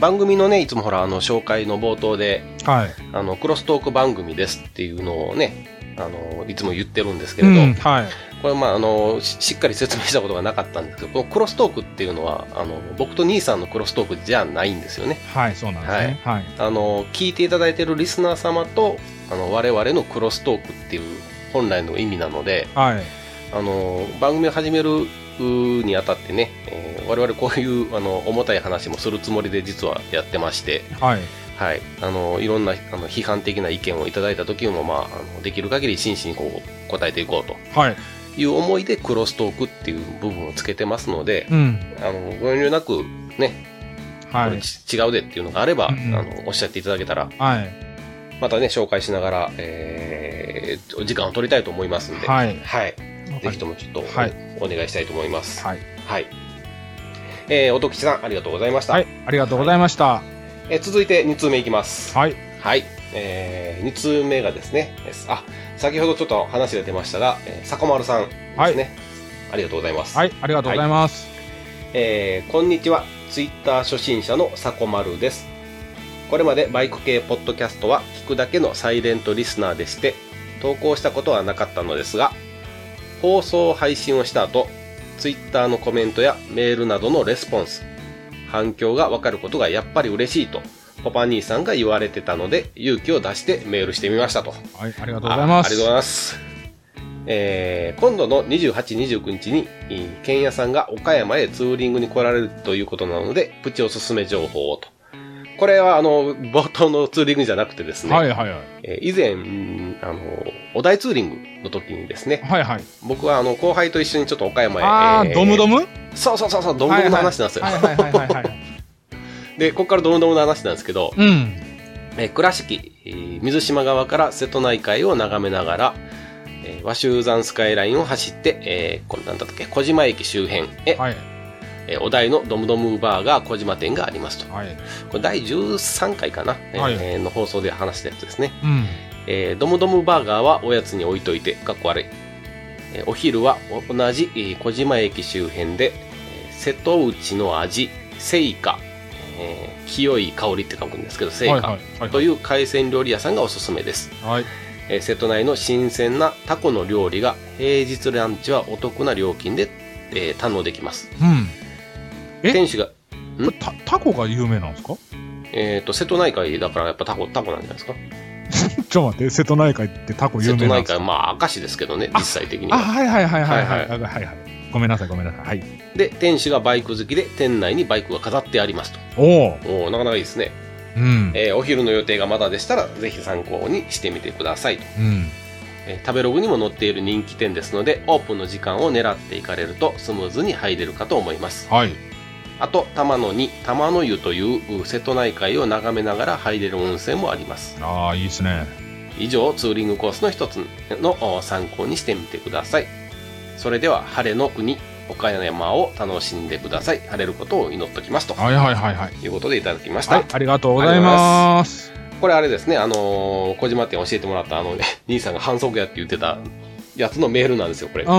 Speaker 8: 番組のね、いつもほら、あの、紹介の冒頭で、
Speaker 9: はい。
Speaker 8: あの、クロストーク番組ですっていうのをね、あの、いつも言ってるんですけ
Speaker 9: う
Speaker 8: れど、
Speaker 9: ん、はい。
Speaker 8: これ、まあ、あのし、しっかり説明したことがなかったんですけど、このクロストークっていうのは、あの、僕と兄さんのクロストークじゃないんですよね。
Speaker 9: はい、そうなんですね。はい。
Speaker 8: あの、聞いていただいてるリスナー様と、あの、我々のクロストークっていう本来の意味なので、
Speaker 9: はい。
Speaker 8: あの、番組を始めるうーにあたってね、えー我々こういう、あの、重たい話もするつもりで実はやってまして、
Speaker 9: はい。
Speaker 8: はい、あのいろんなあの批判的な意見をいただいた時も、まあ、あのできる限り真摯にこう答えていこうと
Speaker 9: はい。
Speaker 8: いう思いでクロストークっていう部分をつけてますので、
Speaker 9: うん。
Speaker 8: あのご遠慮なくね、こ
Speaker 9: は
Speaker 8: れ
Speaker 9: い。
Speaker 8: ち違うでっていうのがあれば、
Speaker 9: うんうん
Speaker 8: あのおっしゃっていただけたら
Speaker 9: はい。
Speaker 8: またね紹介しながら、えーお時間を取りたいと思いますんで、
Speaker 9: はい。
Speaker 8: はいぜひと
Speaker 9: も。
Speaker 8: もちょっとお,、
Speaker 9: はい
Speaker 8: 願いしたいと思います。
Speaker 9: はい。
Speaker 8: はいえー、おときちさんありがとうございました、
Speaker 9: はい。ありがとうございました。
Speaker 8: えー続いて2通目いきます
Speaker 9: はい。
Speaker 8: はい、えー、2通目がですね、ですあ先ほどちょっと話が出ましたが、えー、坂丸さんですね、ありがとうございます、
Speaker 9: はい。ありがとうございます。
Speaker 8: えーこんにちは、ツイッター初心者の坂丸です。これまでバイク系ポッドキャストは聞くだけのサイレントリスナーでして、投稿したことはなかったのですが、放送配信をした後、ツイッターのコメントやメールなどのレスポンス、反響がわかることがやっぱり嬉しいと、ポパ兄さんが言われてたので、勇気を出してメールしてみましたと。
Speaker 9: はい、ありがとうございま
Speaker 8: あ
Speaker 9: す。
Speaker 8: ありがとうございます。えー今度の28、29日に、えーケンヤさんが岡山へツーリングに来られるということなので、プチおすすめ情報をと。これは、あの、冒頭のツーリングじゃなくてですね、
Speaker 9: はいはいはい。
Speaker 8: えー以前、うんあの、お題ツーリングの時にですね、
Speaker 9: はいはい。
Speaker 8: 僕は、あの、後輩と一緒にちょっと岡山へ。
Speaker 9: あ
Speaker 8: え
Speaker 9: ー、
Speaker 8: ー
Speaker 9: ドムドムはい
Speaker 8: そうそうそうそう、ドムドムの話なんですよ。
Speaker 9: はいはいは いはい。
Speaker 8: で、ここからドムドムの話なんですけど、
Speaker 9: うん。
Speaker 8: えー倉敷、えー水島側から瀬戸内海を眺めながら、えー和州山スカイラインを走って、えーこれなんだったっけ、小島駅周辺へ、
Speaker 9: はい
Speaker 8: えーお題のドムドムバーガー小島店がありますと。
Speaker 9: はい。
Speaker 8: これ第13回かな、えー
Speaker 9: はい
Speaker 8: えーの放送で話したやつですね。
Speaker 9: うん。
Speaker 8: えードムドムバーガーはおやつに置いといて、かっこ悪い。えーお昼はお同じ、えー小島駅周辺で、えー瀬戸内の味、セイカ、えー清い香りって書くんですけど、セイカ。
Speaker 9: はいはい。。
Speaker 8: というう海鮮料理屋さんがおすすめです、
Speaker 9: はい。
Speaker 8: えー瀬戸内の新鮮なタコの料理が平日ランチはお得な料金で、えー堪能できます
Speaker 9: うん。え
Speaker 8: 店主が、ん
Speaker 9: これタタコが有名なんですか
Speaker 8: えー、と瀬戸内海だからやっぱタコタコなんじゃないですか
Speaker 9: ちょっと待って、瀬戸内海ってタコ有
Speaker 8: 瀬戸
Speaker 9: 名なん
Speaker 8: 内
Speaker 9: です
Speaker 8: 海
Speaker 9: か
Speaker 8: まあ明石ですけどね
Speaker 9: あ
Speaker 8: 実際的に
Speaker 9: あ、
Speaker 8: は
Speaker 9: はいはいはいはいはい。
Speaker 8: は
Speaker 9: はいはいはい。ごめんなさいごめんなさい。はい。
Speaker 8: で店主がバイク好きで店内にバイクが飾ってありますと
Speaker 9: おお。
Speaker 8: おーなかなかいいですね、
Speaker 9: うん。
Speaker 8: えーお昼の予定がまだでしたらぜひ参考にしてみてくださいと
Speaker 9: うん。
Speaker 8: えー食べログにも載っている人気店ですのでオープンの時間を狙っていかれるとスムーズに入れるかと思います
Speaker 9: はい。
Speaker 8: あと玉野に玉の湯というう瀬戸内海を眺めながら入れる温泉もあります
Speaker 9: ああ、いいですね。
Speaker 8: 以上ツーリングコースの一つのお参考にしてみてくださいそれでは晴れの国岡山を楽しんでください晴れることを祈っておきますと
Speaker 9: はいはいはいはい。
Speaker 8: いうことでいただきました、
Speaker 9: はい、ありがとうございます。
Speaker 8: これあれですねあのー小島店教えてもらったあのね兄さんが反則やって言ってたやつのメールなんですよこれ
Speaker 9: うん。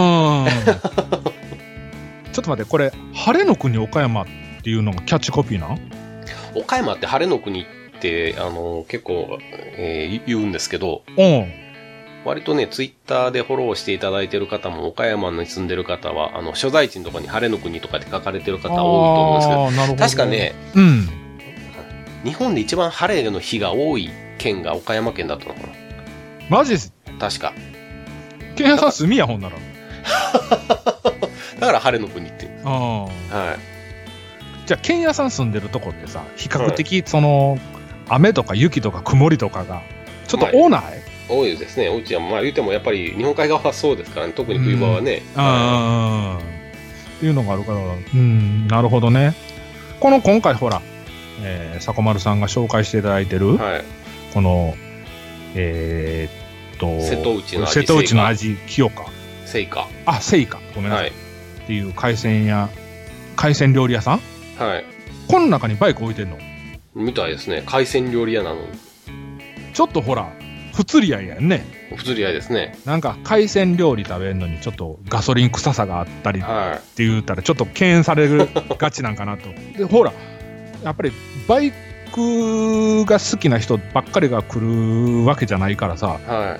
Speaker 9: ちょっと待って、これ、晴れの国岡山っていうのがキャッチコピーなん
Speaker 8: 岡山って晴れの国って、あの、結構、えー言うんですけど、
Speaker 9: うん。
Speaker 8: 割とね、ツイッターでフォローしていただいてる方も、岡山に住んでる方は、あの、所在地のとこに晴れの国とかって書かれてる方多いと思うんですけど、
Speaker 9: あーなるほど
Speaker 8: 確かね、
Speaker 9: うん。
Speaker 8: 日本で一番晴れの日が多い県が岡山県だったのかな
Speaker 9: マジです。
Speaker 8: 確か。
Speaker 9: ケンヤさん住みや、ほんなら。
Speaker 8: だから晴れの国って。
Speaker 9: あ
Speaker 8: は
Speaker 9: ーじゃあ、ケンヤさん住んでるとこってさ、比較的、その、雨とか雪とか曇りとかが、ちょっと多ない、
Speaker 8: い。多いですね。おうちは、まあ言ってもやっぱり日本海側はそうですからね。特に冬場はね。
Speaker 9: うん。っていうのがあるから、うん、なるほどね。この今回ほら、えー、坂丸さんが紹介していただいてる、
Speaker 8: はい。
Speaker 9: この、えーっと、
Speaker 8: 瀬戸内の味
Speaker 9: 瀬戸内の味、清か。
Speaker 8: 成果。
Speaker 9: あ、セイか。ごめんなさ。
Speaker 8: はいい。
Speaker 9: っていう海鮮屋、海鮮料理屋さん
Speaker 8: はい。
Speaker 9: この中にバイク置いてんの
Speaker 8: みたいですね。海鮮料理屋なのに。
Speaker 9: ちょっとほら、不釣り合いやんね。
Speaker 8: 不釣り合いですね。
Speaker 9: なんか海鮮料理食べるのにちょっとガソリン臭さがあったりっ
Speaker 8: は
Speaker 9: て言ったらちょっと敬遠されるがちなんかなと。で、ほら、やっぱりバイクが好きな人ばっかりが来るわけじゃないからさ
Speaker 8: い。、は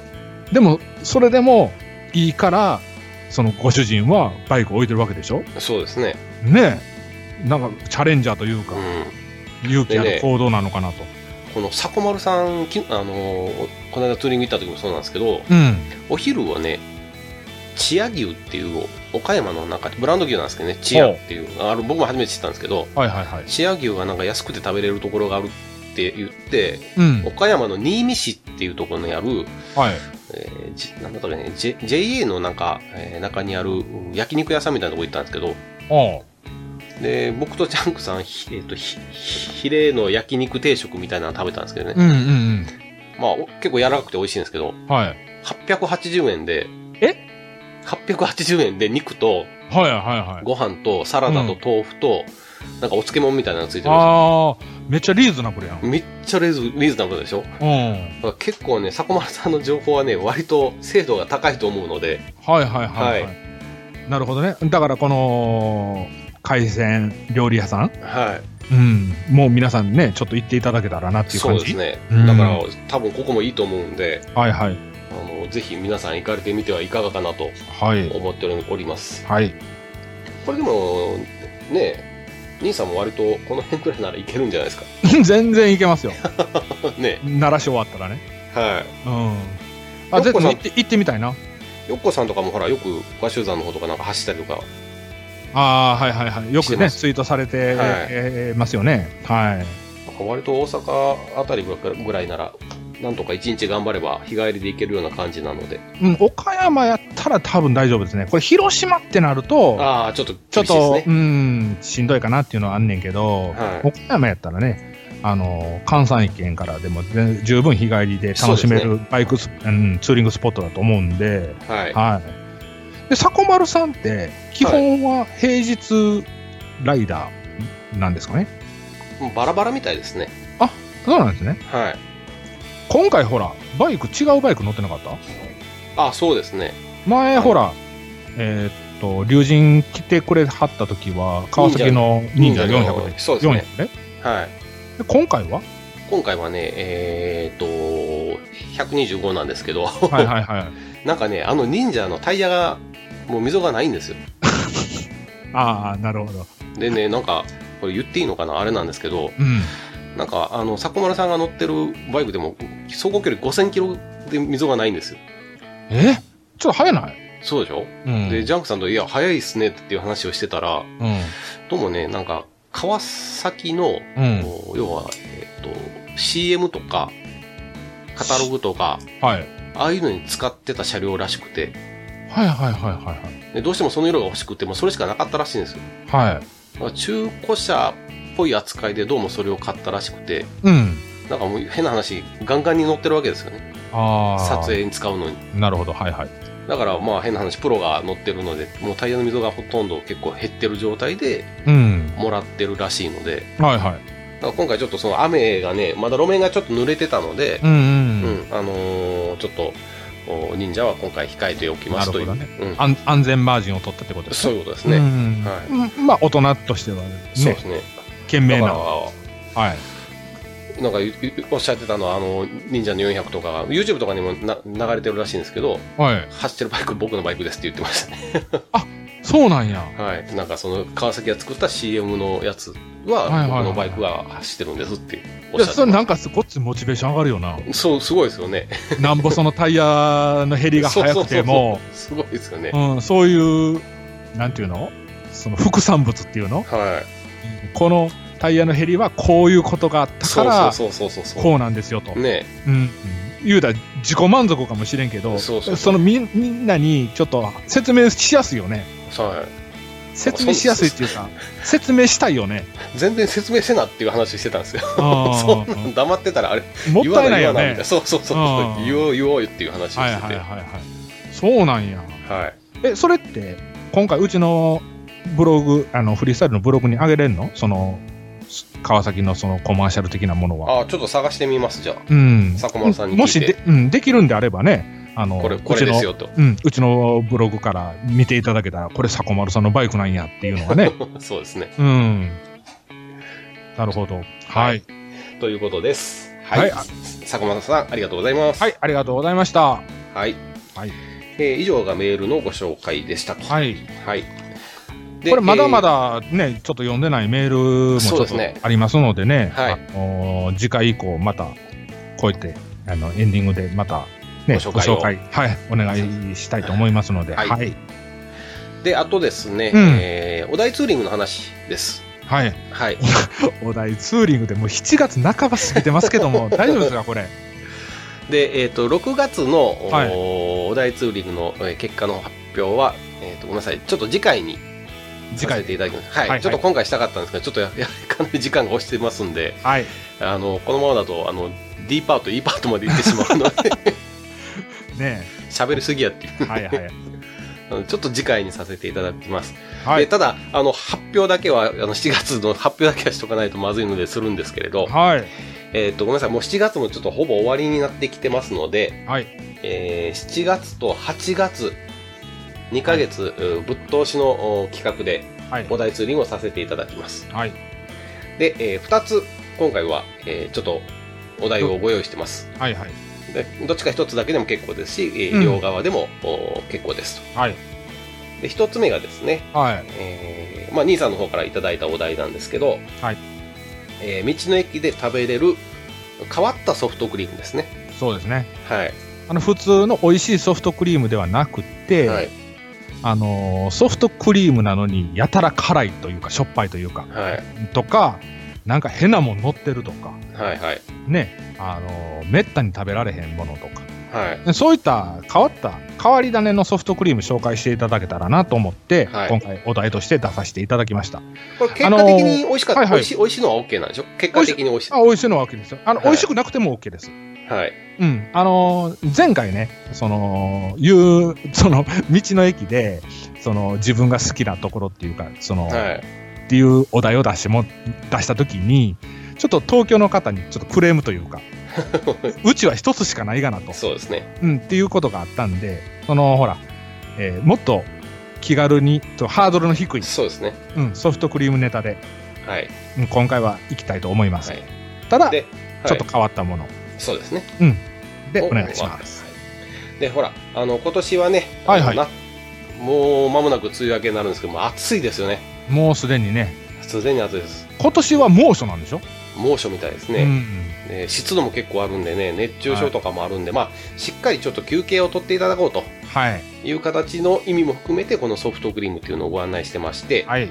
Speaker 9: でもそれでもいいから、そのご主人はバイク置いてるわけでしょ
Speaker 8: い。そうですね。
Speaker 9: ねえ。なんかチャレンジャーという
Speaker 8: う
Speaker 9: か、
Speaker 8: ん。
Speaker 9: 勇気あ
Speaker 8: で
Speaker 9: る
Speaker 8: ね
Speaker 9: 行動なのかなと。
Speaker 8: この、さこまるさん、きあのーこの間ツーリング行った時もそうなんですけど、
Speaker 9: うん。
Speaker 8: お昼はね、千屋牛っていう、岡山の中で、ブランド牛なんですけどね、千屋っていう、あの僕も初めて知ったんですけど、
Speaker 9: はいはいはい。
Speaker 8: 千屋牛がなんか安くて食べれるところがあるって言って、
Speaker 9: うん。
Speaker 8: 岡山の新見市っていうところにある、
Speaker 9: はい。
Speaker 8: えーじなんだったかね、J、JA のなんか、えー中にあるうん焼肉屋さんみたいなとこ行ったんですけど、
Speaker 9: おう
Speaker 8: で、僕とジャンクさん、ひえっと、ひ、ひヒレの焼肉定食みたいなの食べたんですけどね。
Speaker 9: うんうん
Speaker 8: まあ、お結構柔らかくて美味しいんですけど、
Speaker 9: うん。はい。
Speaker 8: 880円で、
Speaker 9: え
Speaker 8: ?880 円で肉と、
Speaker 9: はいはいはい。
Speaker 8: ご飯と、サラダと豆腐と、なんかお漬物みたいなのついてるん
Speaker 9: ああ、めっちゃリーズナブルやん。
Speaker 8: ですよめっちゃリーズリーズナブルでしょだか
Speaker 9: うん。はい
Speaker 8: ら結構ね、迫丸さんの情報はね、割と精度が高いと思うので、
Speaker 9: はいはい、はい、
Speaker 8: は
Speaker 9: なるほどね。だからこの海鮮料理屋さん、
Speaker 8: は
Speaker 9: うん、もう皆さんね、ちょっと行っていただけたらなっ
Speaker 8: い。
Speaker 9: ていう
Speaker 8: そ
Speaker 9: 感
Speaker 8: う
Speaker 9: じ。
Speaker 8: ですね。
Speaker 9: うん
Speaker 8: だから、多分ここもいいと思うんで、
Speaker 9: はいはい。
Speaker 8: あの、ぜひ皆さん行かれてみてはいかがかなと
Speaker 9: はい。
Speaker 8: 思っております。
Speaker 9: はい。
Speaker 8: これでも、ね、兄さんも割とこの辺くらいならいけるんじゃないですか。
Speaker 9: 全然行けますよ。
Speaker 8: ね。
Speaker 9: 鳴らし終わったらね。
Speaker 8: はい。
Speaker 9: うん。あ、
Speaker 8: よっ
Speaker 9: ぜ
Speaker 8: こ
Speaker 9: ひ
Speaker 8: さん
Speaker 9: 行って行ってみたいな。
Speaker 8: よっこさんとかもほら、よく和集山の方とかなんか走ったりとか、
Speaker 9: ああ、はいはいはい。よ
Speaker 8: して
Speaker 9: く
Speaker 8: ま
Speaker 9: ね、
Speaker 8: す
Speaker 9: ツイートされ
Speaker 8: は
Speaker 9: て、
Speaker 8: い
Speaker 9: えーますよね。はい。
Speaker 8: なんか割と大阪あたりぐらいぐらいなら、なんとか一日頑張れば日帰りで行けるような感じなので、
Speaker 9: うん、岡山やったら多分大丈夫ですね。これ広島ってなると、
Speaker 8: ああ、ちょっと
Speaker 9: ちょっ
Speaker 8: 厳しいです
Speaker 9: と、
Speaker 8: ね。
Speaker 9: うん、しんどいかなっていうのはあんねんけど、
Speaker 8: はい
Speaker 9: 岡山やったらね、あの、関西圏からでも全十分日帰りで楽しめ
Speaker 8: そう
Speaker 9: るバイクス、うん、ツーリングスポットだと思うんで、
Speaker 8: はい。
Speaker 9: はい。で、迫丸さんって、基本は平日ライダーなんですかね。
Speaker 8: もうバラバラみたいですね。
Speaker 9: そうなんですね。
Speaker 8: はい。
Speaker 9: 今回ほら、バイク、違うバイク乗ってなかった
Speaker 8: ああ、そうですね。
Speaker 9: 前ほら、えーっと、竜神来てくれはった時は、川崎の忍者400で、
Speaker 8: そうですね。
Speaker 9: 400で。
Speaker 8: はい。
Speaker 9: で今回は
Speaker 8: 今回はね、えー、っと、125なんですけど、
Speaker 9: はいはいはい。
Speaker 8: なんかね、あの忍者のタイヤが、もう溝がないんですよ。
Speaker 9: ああ、なるほど。
Speaker 8: でね、なんか、これ言っていいのかなあれなんですけど、
Speaker 9: うん。
Speaker 8: なんか、あの、迫丸さんが乗ってるバイクでも、走行距離5000キロで溝がないんですよ。
Speaker 9: えちょっと早ない
Speaker 8: そうでしょ
Speaker 9: うん
Speaker 8: で、ジャンクさんと、いや、早いっすねっていう話をしてたら、
Speaker 9: うん。
Speaker 8: どうもね、なんか、川崎の、
Speaker 9: うん。
Speaker 8: こう要は、えっ、と、CM とか、カタログとか、
Speaker 9: はい。
Speaker 8: ああいうのに使ってた車両らしくて、
Speaker 9: はいはいはいはい
Speaker 8: でどうしてもその色が欲しくて、もうそれしかなかったらしいんですよ。
Speaker 9: はい。はい。
Speaker 8: だから中古車っぽい扱いでどうもそれを買ったらしくて、
Speaker 9: うん。
Speaker 8: なんかもう変な話、ガンガンに乗ってるわけですよね。
Speaker 9: ああ。
Speaker 8: 撮。影に使うのに。
Speaker 9: なるほど。はいはい。
Speaker 8: だからまあ変な話、プロが乗ってるので、もうタイヤの溝がほとんど結構減ってる状態で
Speaker 9: うん。
Speaker 8: もらってるらしいので、
Speaker 9: はいはい。
Speaker 8: だから今回ちょっとその雨がね、まだ路面がちょっと濡れてたので、
Speaker 9: うん
Speaker 8: う
Speaker 9: うん。
Speaker 8: ん、あのーちょっと、お忍者は今回控えておきますという。
Speaker 9: なる
Speaker 8: うん、
Speaker 9: 安安全マージンを取ったってことです
Speaker 8: そう
Speaker 9: ね。
Speaker 8: いうことです
Speaker 9: う
Speaker 8: ね。
Speaker 9: ん
Speaker 8: はい
Speaker 9: うん。まあ、大人としては
Speaker 8: そう
Speaker 9: ね
Speaker 8: で、すね。
Speaker 9: 懸
Speaker 8: だ
Speaker 9: 命
Speaker 8: か
Speaker 9: な。は
Speaker 8: ら、
Speaker 9: い。
Speaker 8: なんかゆゆおっしゃってたのは、あの、忍者の400とか、YouTube とかにもな流れてるらしいんですけど、
Speaker 9: はい。
Speaker 8: 走ってるバイク僕のバイクですって言ってましたね。
Speaker 9: そうなんや。
Speaker 8: はい。なんかその川崎が作った CM のやつ
Speaker 9: はいは
Speaker 8: は、
Speaker 9: いはい
Speaker 8: 僕のバイクが走ってるんですっておっ
Speaker 9: いや、
Speaker 8: しゃって
Speaker 9: それ
Speaker 8: ま
Speaker 9: なんかすごっつモチベーション上がる よな。
Speaker 8: す。そう、すごいですよね。
Speaker 9: なんぼそのタイヤの減りが早くても、
Speaker 8: そうそうそうそうすごいですよね。
Speaker 9: うん、そういう、なんていうのその副産物っていうの
Speaker 8: は
Speaker 9: このタイヤの減りはこういうことがあっ
Speaker 8: い。
Speaker 9: た
Speaker 8: そ
Speaker 9: か
Speaker 8: う
Speaker 9: ら
Speaker 8: そうそうそうそう。
Speaker 9: こうなんですよと、
Speaker 8: ね
Speaker 9: うんうん言うたら自己満足かもしれんけど
Speaker 8: そうそうそう
Speaker 9: のみみんなにちょっと説明しやすいよね
Speaker 8: はい。
Speaker 9: 説明しやすいっていうか、説明したいよ ね。
Speaker 8: 全然説明せなっていう話してたんですよ。
Speaker 9: あ
Speaker 8: そんなん黙ってたらあれ、
Speaker 9: ーもったいないよ
Speaker 8: 言わな言わなみ
Speaker 9: ね
Speaker 8: たいな。。そうそうそう
Speaker 9: あー
Speaker 8: 言おう言おうっていう話を
Speaker 9: はい
Speaker 8: し
Speaker 9: はい
Speaker 8: て
Speaker 9: はい
Speaker 8: て。
Speaker 9: はい。そうなんや。
Speaker 8: はい。
Speaker 9: え、それって、今回うちのブログ、あの、フリースタイルのブログに上げれるのその、川崎のそのコマーシャル的なものは。
Speaker 8: ああ、ちょっと探してみます、じゃあ。
Speaker 9: うん。
Speaker 8: 坂丸さんに聞いて
Speaker 9: もしで、うん、できるんであればね、あの、
Speaker 8: これ、これ
Speaker 9: うち
Speaker 8: で
Speaker 9: の
Speaker 8: すよと。
Speaker 9: うん、うちのブログから見ていただけたら、これ、迫丸さんのバイクなんやっていうの がね。
Speaker 8: そうですね。
Speaker 9: うん。なるほど。はい。
Speaker 8: ということです。
Speaker 9: は
Speaker 8: はいい。坂丸さん、ありがとうございます。
Speaker 9: は。い、ありがとうございました。
Speaker 8: はい。
Speaker 9: はい
Speaker 8: えー以上がメールのご紹介でしたと。い。
Speaker 9: はい。
Speaker 8: はい。で
Speaker 9: これ、まだま、だね、ちょっと読んでないメールもち
Speaker 8: そう
Speaker 9: ょっ
Speaker 8: です
Speaker 9: と
Speaker 8: ね
Speaker 9: ありますのでね、
Speaker 8: はい
Speaker 9: あのー次回以降、また、こうやって、あの、エンディングでまた、ね、
Speaker 8: ご紹
Speaker 9: ご
Speaker 8: 介を
Speaker 9: 紹介、はい、お願いしたいと思いますので、は。
Speaker 8: はいい
Speaker 9: はい。
Speaker 8: えーで、あとですね、
Speaker 9: うん
Speaker 8: えーお題ツーリングの話です。はい。
Speaker 9: お題ツーリングでもう7月半ば過ぎてますけども、大丈夫ですか、これ。
Speaker 8: で、えっ、と、6月の、お
Speaker 9: はい
Speaker 8: ーお題ツーリングのえー結果の発表は、えっ、と、ごめんなさい。ちょっと次回に。さ
Speaker 9: 次回
Speaker 8: せていただきます。はい。
Speaker 9: はい
Speaker 8: ちょっと今回したかったんですけど、ちょっとや、 やかなり時間が押してますんで、
Speaker 9: はい。
Speaker 8: あの、このままだと、あの、D パート、E パートまで行ってしまうの で、
Speaker 9: ね
Speaker 8: 喋りすぎやっていう。
Speaker 9: はいはい。
Speaker 8: あのちょっと次回にさせていただきます。
Speaker 9: は
Speaker 8: で
Speaker 9: い。
Speaker 8: ただ、あの、発表だけは、あの、7月の発表だけはしとかないとまずいのでするんですけれど、
Speaker 9: はい。
Speaker 8: えっ、と、ごめんなさい、もう7月もちょっとほぼ終わりになってきてますので、
Speaker 9: はい。
Speaker 8: えー7月と8月、2ヶ月、うぶっ通しのお企画で、
Speaker 9: はい。
Speaker 8: お題ツーリングをさせていただきます。
Speaker 9: はい。
Speaker 8: で、え2つ、今回は、えーちょっと、お題をご用意してます。
Speaker 9: はい。はい。
Speaker 8: でどっちか1つだけでも結構ですし、えー
Speaker 9: うん
Speaker 8: 両側でも、お結構ですと。
Speaker 9: はい。
Speaker 8: で、1つ目がですね、
Speaker 9: はい。
Speaker 8: えーまあ、兄さんの方からいただいたお題なんですけど、
Speaker 9: はい
Speaker 8: えー道の駅で食べれる変わったソフトクリームですね。
Speaker 9: そうですね。
Speaker 8: はい。
Speaker 9: あの、普通の美味しいソフトクリームではなくて、
Speaker 8: はい。
Speaker 9: あのーソフトクリームなのに、やたら辛いというか、しょっぱいというか、
Speaker 8: はい。
Speaker 9: とか、なんか変なもん乗ってるとか、
Speaker 8: はい。はい。
Speaker 9: ね、あのーめったに食べられへんものとか、
Speaker 8: はい。
Speaker 9: でそういった変わった、変わり種のソフトクリーム紹介していただけたらなと思って、
Speaker 8: はい
Speaker 9: 今回お題として出させていただきました。
Speaker 8: これ結果的に美味しかった。
Speaker 9: あのーは
Speaker 8: 美
Speaker 9: いはい
Speaker 8: 味しい、美味しいのは OK なんでしょ結果的に美味しい。
Speaker 9: あ、美味しいのは OK ですよ。あの、
Speaker 8: はい
Speaker 9: 美味しくなくても OK です。
Speaker 8: はい。
Speaker 9: うん、あのー前回ね、その、いう、 その、道の駅で、その、自分が好きなところっていうか、その、
Speaker 8: はい。
Speaker 9: っていうお題を出しても、出した時に、ちょっと東京の方にちょっとクレームという か、うちは一つしかないがなと、
Speaker 8: そうですね。
Speaker 9: うん、っていうことがあったんで、その、ほら、えーもっと気軽に、とハードルの低い、
Speaker 8: そうですね。
Speaker 9: うん、ソフトクリームネタで、
Speaker 8: はい。
Speaker 9: うん今回は行きたいと思います。
Speaker 8: はい。
Speaker 9: ただ、
Speaker 8: で
Speaker 9: ちょっと変わったもの
Speaker 8: そうですね。
Speaker 9: で
Speaker 8: を
Speaker 9: お願いします。。
Speaker 8: はいで、ほら、あの、今年はね、あの
Speaker 9: はいはい
Speaker 8: なもう間もなく梅雨明けになるんですけども、暑いですよね。
Speaker 9: もうすでにね、
Speaker 8: すでに暑いです。
Speaker 9: 今年は猛暑なんでしょ、
Speaker 8: 猛暑みたいですね。
Speaker 9: うん
Speaker 8: えー湿度も結構あるんでね、熱中症とかもあるんで、まあ、しっかりちょっと休憩を取っていただこうと
Speaker 9: はい
Speaker 8: いう形の意味も含めて、このソフトクリームっていうのをご案内してまして、
Speaker 9: はい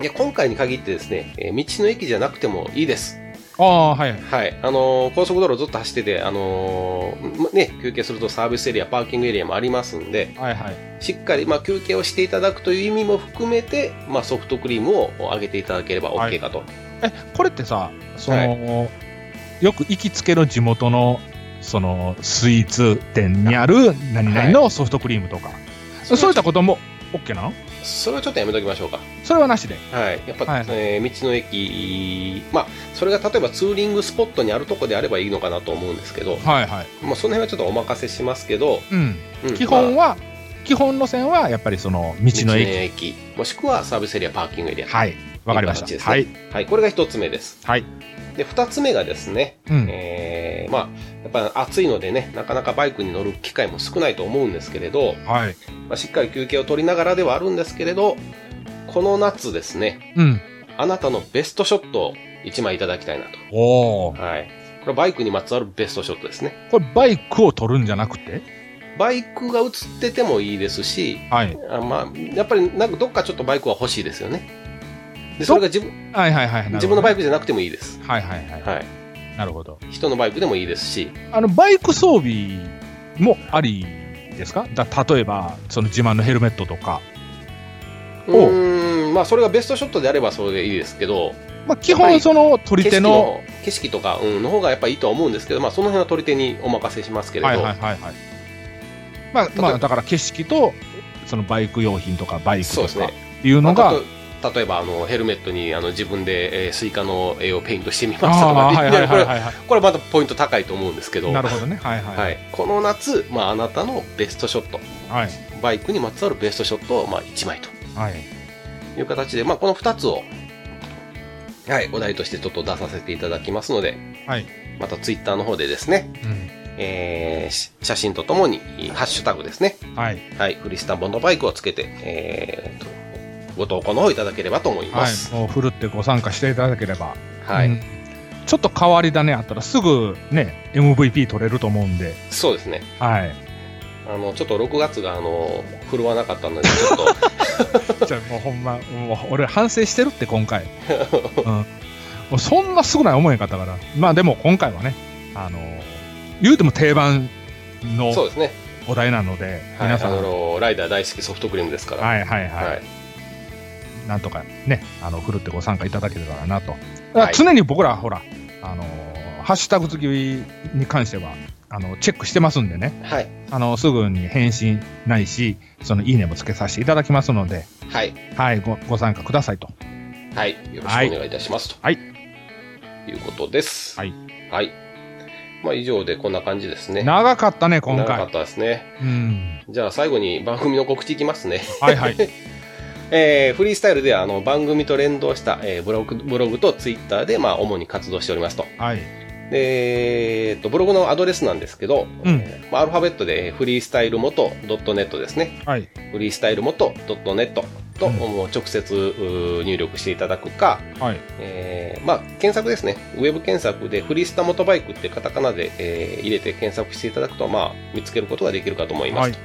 Speaker 8: で今回に限ってですね、えー道の駅じゃなくてもいいです。
Speaker 9: ああはい
Speaker 8: はい。あのー高速道路ずっと走ってて、あのーまね、休憩するとサービスエリア、パーキングエリアもありますんで、
Speaker 9: はいはい
Speaker 8: しっかり、まあ、休憩をしていただくという意味も含めて、まあ、ソフトクリームを上げていただければ OK かと。
Speaker 9: えこれってさその、よく行きつけの地元のそのスイーツ店にある何々のソフトクリームとか、そういったことも OK なの
Speaker 8: それはちょっとやめときましょうか。
Speaker 9: それはなしで
Speaker 8: はい、やっぱ、
Speaker 9: はい
Speaker 8: えー道の駅、まあ、それが例えばツーリングスポットにあるとこであればいいのかなと思うんですけど、
Speaker 9: はいはい
Speaker 8: まあ、その辺はちょっとお任せしますけど、
Speaker 9: うん
Speaker 8: うん
Speaker 9: 基本
Speaker 8: まあ
Speaker 9: は、基本路線はやっぱりその道
Speaker 8: 道
Speaker 9: の
Speaker 8: の
Speaker 9: 駅
Speaker 8: 駅、もしくはサービスエリア、パーキングエリア、
Speaker 9: はいわかりまし
Speaker 8: いい形で
Speaker 9: た
Speaker 8: すね
Speaker 9: はい
Speaker 8: はい、これが一つ目です。
Speaker 9: はい
Speaker 8: で、二つ目がですね、
Speaker 9: うん
Speaker 8: えーまあ、やっぱ暑いのでね、なかなかバイクに乗る機会も少ないと思うんですけれど、
Speaker 9: はい
Speaker 8: まあ、しっかり休憩を取りながらではあるんですけれど、この夏ですね、
Speaker 9: うん
Speaker 8: あなたのベストショットを1枚いただきたいなと。
Speaker 9: おお
Speaker 8: はい。これバイクにまつわるベストショットですね。
Speaker 9: これバイクを取るんじゃなくて
Speaker 8: バイクが映っててもいいですし、
Speaker 9: はい
Speaker 8: あまあ、やっぱりなんかどっかちょっとバイクは欲しいですよね。で、それが自分、
Speaker 9: はいはいはい
Speaker 8: 自分のバイ
Speaker 9: ク
Speaker 8: クじゃなくてもいいです。
Speaker 9: はいはいはい
Speaker 8: はい。
Speaker 9: なるほど。
Speaker 8: 人のバイクでもいいですし、
Speaker 9: あの、バイク装備もありですかだ例えば、その自慢のヘルメットとか。
Speaker 8: うーんまあそれがベストショットであればそれでいいですけど
Speaker 9: まあ、基
Speaker 8: やっぱ
Speaker 9: 本
Speaker 8: り
Speaker 9: その取り手の、
Speaker 8: 景色とか、うん、の方がやっぱりいいとは思うんですけど、まあ、その辺は取り手にお任せしますけれど、
Speaker 9: はいはいはいはい。まあ、ま
Speaker 8: 例えば
Speaker 9: あ、だから景色と、そのバイク用品とかバイク
Speaker 8: そうです
Speaker 9: とかっ
Speaker 8: ね
Speaker 9: ていうのが、
Speaker 8: まあたと例えばあのヘルメットにあの自分で、えースイカの絵をペイントしてみましたとか
Speaker 9: ああー、はいはい
Speaker 8: でこ
Speaker 9: はい
Speaker 8: れ
Speaker 9: はい、は
Speaker 8: これまたポイント高いと思うんですけど
Speaker 9: い。なるほどね。はいはい。
Speaker 8: はい、この夏、まあ、あなたのベストショット
Speaker 9: はい。
Speaker 8: バイクにまつわるベストショットを、まあ、1枚と
Speaker 9: はい。
Speaker 8: いう形で、まあ、この2つを、はい、お題としてちょっと出させていただきますので、
Speaker 9: はい
Speaker 8: またツイッターの方でですね、
Speaker 9: うん
Speaker 8: えーし写真とともにハッシュタグですね、
Speaker 9: はい。
Speaker 8: はい、フリスタンボンドバイクをつけて、えーとご投稿の方いただければと思いま
Speaker 9: はい
Speaker 8: す。
Speaker 9: もうふるってご参加していただければ。
Speaker 8: はい、
Speaker 9: うんちょっと変わり種あったらすぐね、MVP 取れると思うんで。
Speaker 8: そうですね。
Speaker 9: はい。
Speaker 8: あの、ちょっと6月が、あの、振るわなかったので、ちょっと、
Speaker 9: じゃあもうほんま、もう俺反省してるって今回。うん、もうそんなすぐない思えんかったから。まあでも今回はね、あの言うても定番の
Speaker 8: そうですね。
Speaker 9: お題なので、
Speaker 8: はい、
Speaker 9: 皆さ
Speaker 8: あ
Speaker 9: ん、はい、
Speaker 8: の、ライダー大好きソフトクリームですから。
Speaker 9: はいはいはい
Speaker 8: はい。
Speaker 9: なんとかね、あの、振るってご参加いただければなと。
Speaker 8: はい
Speaker 9: 常に僕ら、ほら、あのハッシュタグ付きに関しては、あの、チェックしてますんでね、
Speaker 8: はい。
Speaker 9: あの、すぐに返信ないし、その、いいねもつけさせていただきますので、
Speaker 8: はい。
Speaker 9: はい、ご、ご参加くださいと。
Speaker 8: はい。よろしくお願いいたします。と。
Speaker 9: はい。
Speaker 8: いうことです。
Speaker 9: はい。
Speaker 8: はい。まあ、以上でこんな感じですね。
Speaker 9: 長かったね、今
Speaker 8: 長か
Speaker 9: 回
Speaker 8: っ。たですね。
Speaker 9: うん。
Speaker 8: じゃあ最後に番組の告知いきますね。
Speaker 9: はいはい。
Speaker 8: えーフリースタイルではあの番組と連動した、えーブログブログとツイッターで、まあ、主に活動しておりますと。
Speaker 9: はい。
Speaker 8: でえーっとブログのアドレスなんですけど、
Speaker 9: うん
Speaker 8: まあ、アルファベットでフリースタイル元 .net ですね。
Speaker 9: はい。
Speaker 8: フリースタイル元 .net と、
Speaker 9: うん
Speaker 8: もう直接うー入力していただくか、
Speaker 9: はい。
Speaker 8: えーまあ、検索ですね。ウェブ検索でフリースタモトバイクってカタカナで、えー入れて検索していただくと、まあ、見つけることができるかと思います。
Speaker 9: はい。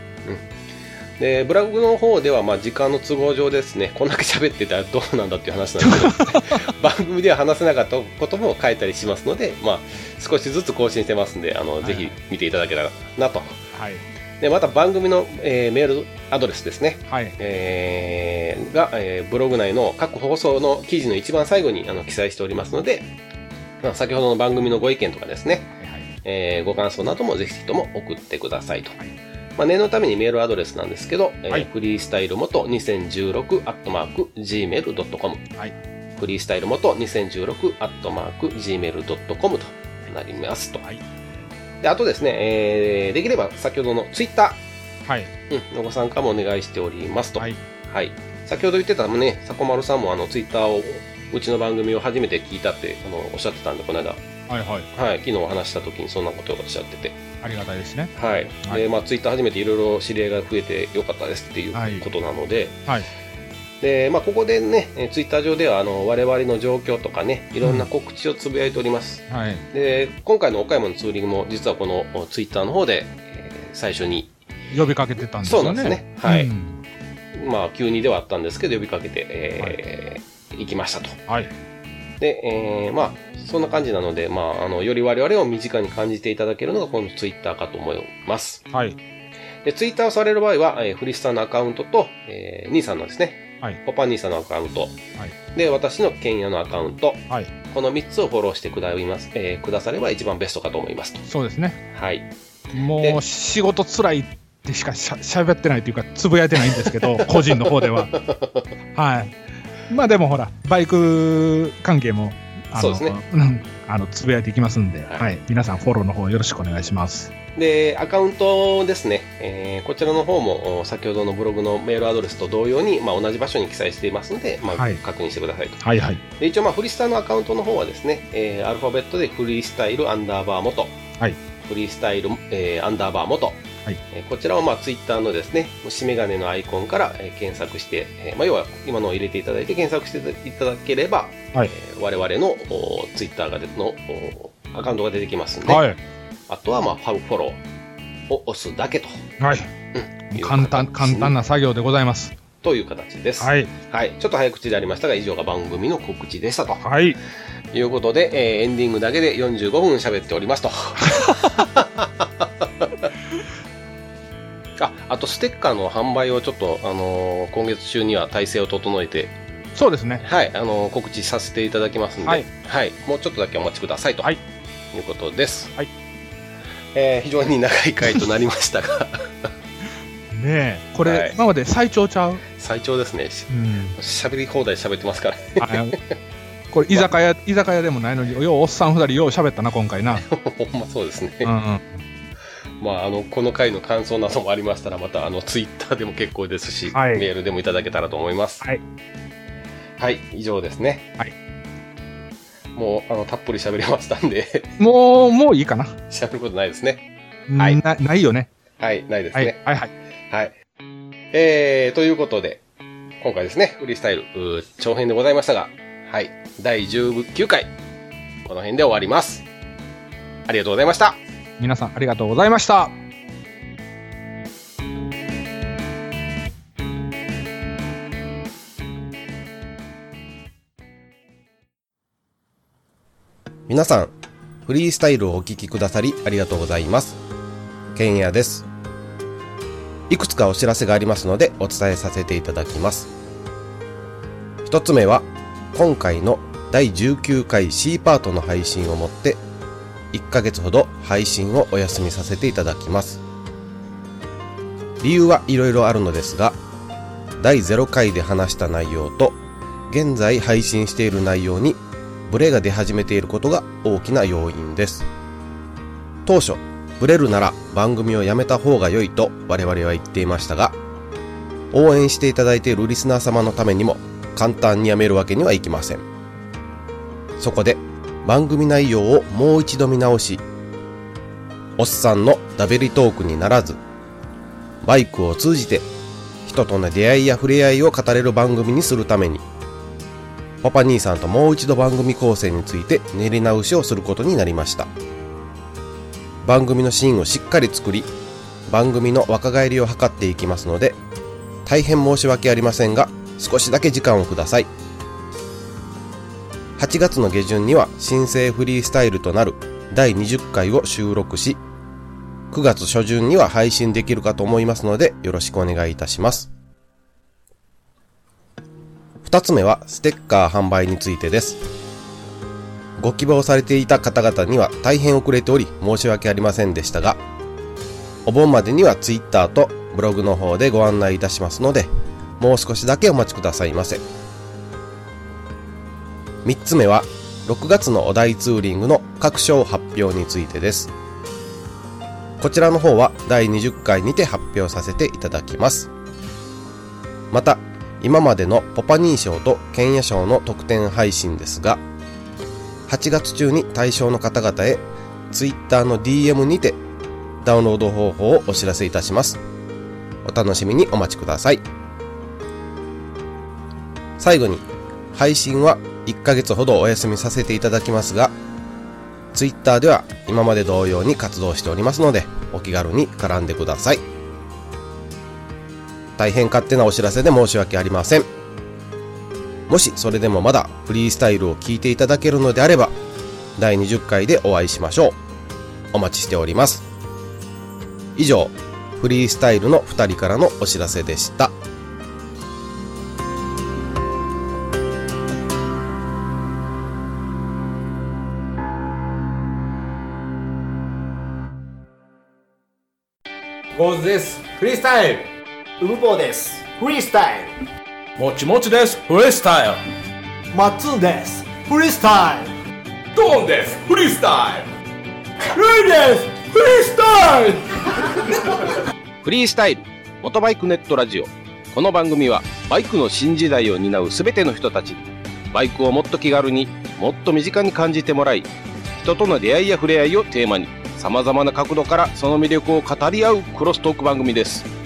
Speaker 8: でブログの方ではまあ時間の都合上ですねこんだけ喋ってたらどうなんだっていう話なんです けど番組では話せなかったことも書いたりしますので、まあ、少しずつ更新してますんであの、
Speaker 9: い
Speaker 8: ぜひ見ていただけたらなと
Speaker 9: はい。
Speaker 8: でまた番組の、えーメールアドレスですね、
Speaker 9: はい。
Speaker 8: えーが、えーブログ内の各放送の記事の一番最後にあの記載しておりますので、まあ、先ほどの番組のご意見とかですねえーご感想などもぜひとも送ってくださいと。
Speaker 9: はい
Speaker 8: まあ、念のためにメールアドレスなんですけど、えー
Speaker 9: はい
Speaker 8: フリースタイル元2016アットマーク Gmail.com、
Speaker 9: はい
Speaker 8: フリースタイル元2016アットマーク Gmail.com となりますと。
Speaker 9: はい
Speaker 8: であとですね、えーできれば先ほどのツイッタ
Speaker 9: はい。
Speaker 8: ーうんのご参加もお願いしておりますと。
Speaker 9: はい
Speaker 8: はい先ほど言ってたね、迫丸さんもあのツイッターをうちの番組を初めて聞いたってあのおっしゃってたんで、この間、
Speaker 9: はい。はい。
Speaker 8: はい、昨日お話しした時にそんなことをおっしゃってて、
Speaker 9: ありがたいですね。
Speaker 8: はい
Speaker 9: はい
Speaker 8: でまあ、ツイッター初めていろいろ知り合いが増えてよかったですっていうことなので,、
Speaker 9: はいはい
Speaker 8: でまあ、ここでねえツイッター上ではあの我々の状況とかねいろんな告知をつぶやいております、
Speaker 9: はい。
Speaker 8: で今回の岡山のツーリングも実はこのおツイッターの方で、えー最初に、
Speaker 9: 呼びかけてたんですよね。
Speaker 8: そうなんですねはい
Speaker 9: うん
Speaker 8: まあ、急にではあったんですけど呼びかけて、えー行きましたと
Speaker 9: はい。
Speaker 8: で、えーまあ、そんな感じなので、まあ、あのより我々を身近に感じていただけるのがこのツイッターかと思います
Speaker 9: はい。
Speaker 8: で、ツイッターをされる場合は、えーフリスタのアカウントと、えー兄さんのですね、
Speaker 9: はい
Speaker 8: ポパ兄さんのアカウント、で、私のケンヤのアカウント、
Speaker 9: はい
Speaker 8: この3つをフォローしてくだいます、えーくだされば一番ベストかと思いますと。
Speaker 9: そうですね。
Speaker 8: はい。
Speaker 9: も
Speaker 8: で
Speaker 9: う仕事つらいってしかしゃ喋ってないというかつぶやいてないんですけ ど個人の方でははいまあでもほらバイク関係もあの
Speaker 8: そうですね
Speaker 9: んあのつぶやいていきますんで、
Speaker 8: は
Speaker 9: はいい皆さんフォローの方よろしくお願いします
Speaker 8: で、アカウントですね、えーこちらの方もお先ほどのブログのメールアドレスと同様に、まあ、同じ場所に記載していますので、まあ
Speaker 9: はい
Speaker 8: 確認してくださいと。
Speaker 9: はいはい
Speaker 8: で一応、まあ、フリスタのアカウントの方はですね、えーアルファベットでフリースタイルアンダーバー元、
Speaker 9: はい
Speaker 8: フリースタイル、えーアンダーバー元、
Speaker 9: はい
Speaker 8: えーこちらを、まあ、ツイッターのですね、虫眼鏡のアイコンから、えー検索して、えーまあ、要は今のを入れていただいて検索していただければ、
Speaker 9: はい
Speaker 8: えー我々のおツイッターがでのおアカウントが出てきますんで、
Speaker 9: はい
Speaker 8: あとは、まあ、ファフォローを押すだけと
Speaker 9: はい
Speaker 8: いう
Speaker 9: 簡単
Speaker 8: 形
Speaker 9: 簡単な作業でございます
Speaker 8: という形です、
Speaker 9: はい
Speaker 8: はい。ちょっと早口でありましたが、以上が番組の告知でしたと。
Speaker 9: はい
Speaker 8: ということで、えーエンディングだけで45分 喋っておりますと。あ、あとステッカーの販売をちょっと、あのー今月中には体制を整えて、
Speaker 9: そうですね。
Speaker 8: はい、あのー告知させていただきますんで、は
Speaker 9: はいい、
Speaker 8: もうちょっとだけお待ちくださいと、
Speaker 9: はいい、
Speaker 8: うことです。
Speaker 9: はい。
Speaker 8: えー非常に長い回となりましたが、
Speaker 9: ねえ、これ、
Speaker 8: はい
Speaker 9: 今まで最長ちゃう、
Speaker 8: 最長ですね。し
Speaker 9: うん、
Speaker 8: 喋り放題喋ってますから、
Speaker 9: あ これ居酒屋、居酒屋でもないのに、ようおっさん二人、よう喋ったな、今 回な。
Speaker 8: ほんまそうですね。
Speaker 9: うんうん、
Speaker 8: まあ、あの、この回の感想などもありましたら、また、あの、ツイッターでも結構ですし、
Speaker 9: はい
Speaker 8: メールでもいただけたらと思います。
Speaker 9: はい。
Speaker 8: はい、以上ですね。
Speaker 9: はい。
Speaker 8: もう、あの、たっぷり喋りましたんで、
Speaker 9: もう、もういいかな。
Speaker 8: 喋ることないですね。はい
Speaker 9: なないよね。
Speaker 8: はい、ないです
Speaker 9: はい、
Speaker 8: ね。
Speaker 9: はい、はい。
Speaker 8: はい。えー、ということで、今回ですね、フリースタイル、うー長編でございましたが、はい、第19回、この辺で終わります。ありがとうございました。
Speaker 9: 皆さん、ありがとうございました。
Speaker 8: 皆さん、フリースタイルをお聞きくださりありがとうございます。ケンヤです。いくつかお知らせがありますのでお伝えさせていただきます。一つ目は、今回の第19回 C パートの配信をもって、1ヶ月ほど配信をお休みさせていただきます。理由はいろいろあるのですが、第0回で話した内容と、現在配信している内容にブレが出始めていることが大きな要因です。当初、ブレるなら番組をやめた方が良いと我々は言っていましたが、応援していただいているリスナー様のためにも簡単にやめるわけにはいきません。そこで、番組内容をもう一度見直し、おっさんのダベリトークにならず、バイクを通じて人との出会いや触れ合いを語れる番組にするために、パパ兄さんともう一度番組構成について練り直しをすることになりました番組のシーンをしっかり作り番組の若返りを図っていきますので大変申し訳ありませんが少しだけ時間をください8月の下旬には新生フリースタイルとなる第20回を収録し9月初旬には配信できるかと思いますのでよろしくお願いいたします二つ目はステッカー販売についてです。ご希望されていた方々には大変遅れており申し訳ありませんでしたが、お盆までには Twitter とブログの方でご案内いたしますので、もう少しだけお待ちくださいませ。三つ目は、6月のお題ツーリングの各賞発表についてです。こちらの方は第20回にて発表させていただきます。また今までのポパニー賞とケンヤ賞の特典配信ですが8月中に対象の方々へ Twitter の DM にてダウンロード方法をお知らせいたしますお楽しみにお待ちください最後に配信は1ヶ月ほどお休みさせていただきますが Twitter では今まで同様に活動しておりますのでお気軽に絡んでください大変勝手なお知らせで申し訳ありません。もしそれでもまだフリースタイルを聞いていただけるのであれば、第20回でお会いしましょう。お待ちしております。以上、フリースタイルの2人からのお知らせでした。
Speaker 2: ゴーズです。フリースタイル。
Speaker 4: うぶぽうです。フリースタイ
Speaker 2: もちもちです。フリースタイル。
Speaker 4: ル。まっつんです。フリースタイル。
Speaker 2: ドーンです。フリースタイル。
Speaker 8: フリースタイル、オートバイクネットラジオ。この番組はバイクの新時代を担うすべての人たちに、バイクをもっと気軽にもっと身近に感じてもらい、人との出会いや触れ合いをテーマに、様々な角度からその魅力を語り合うクロストーク番組です。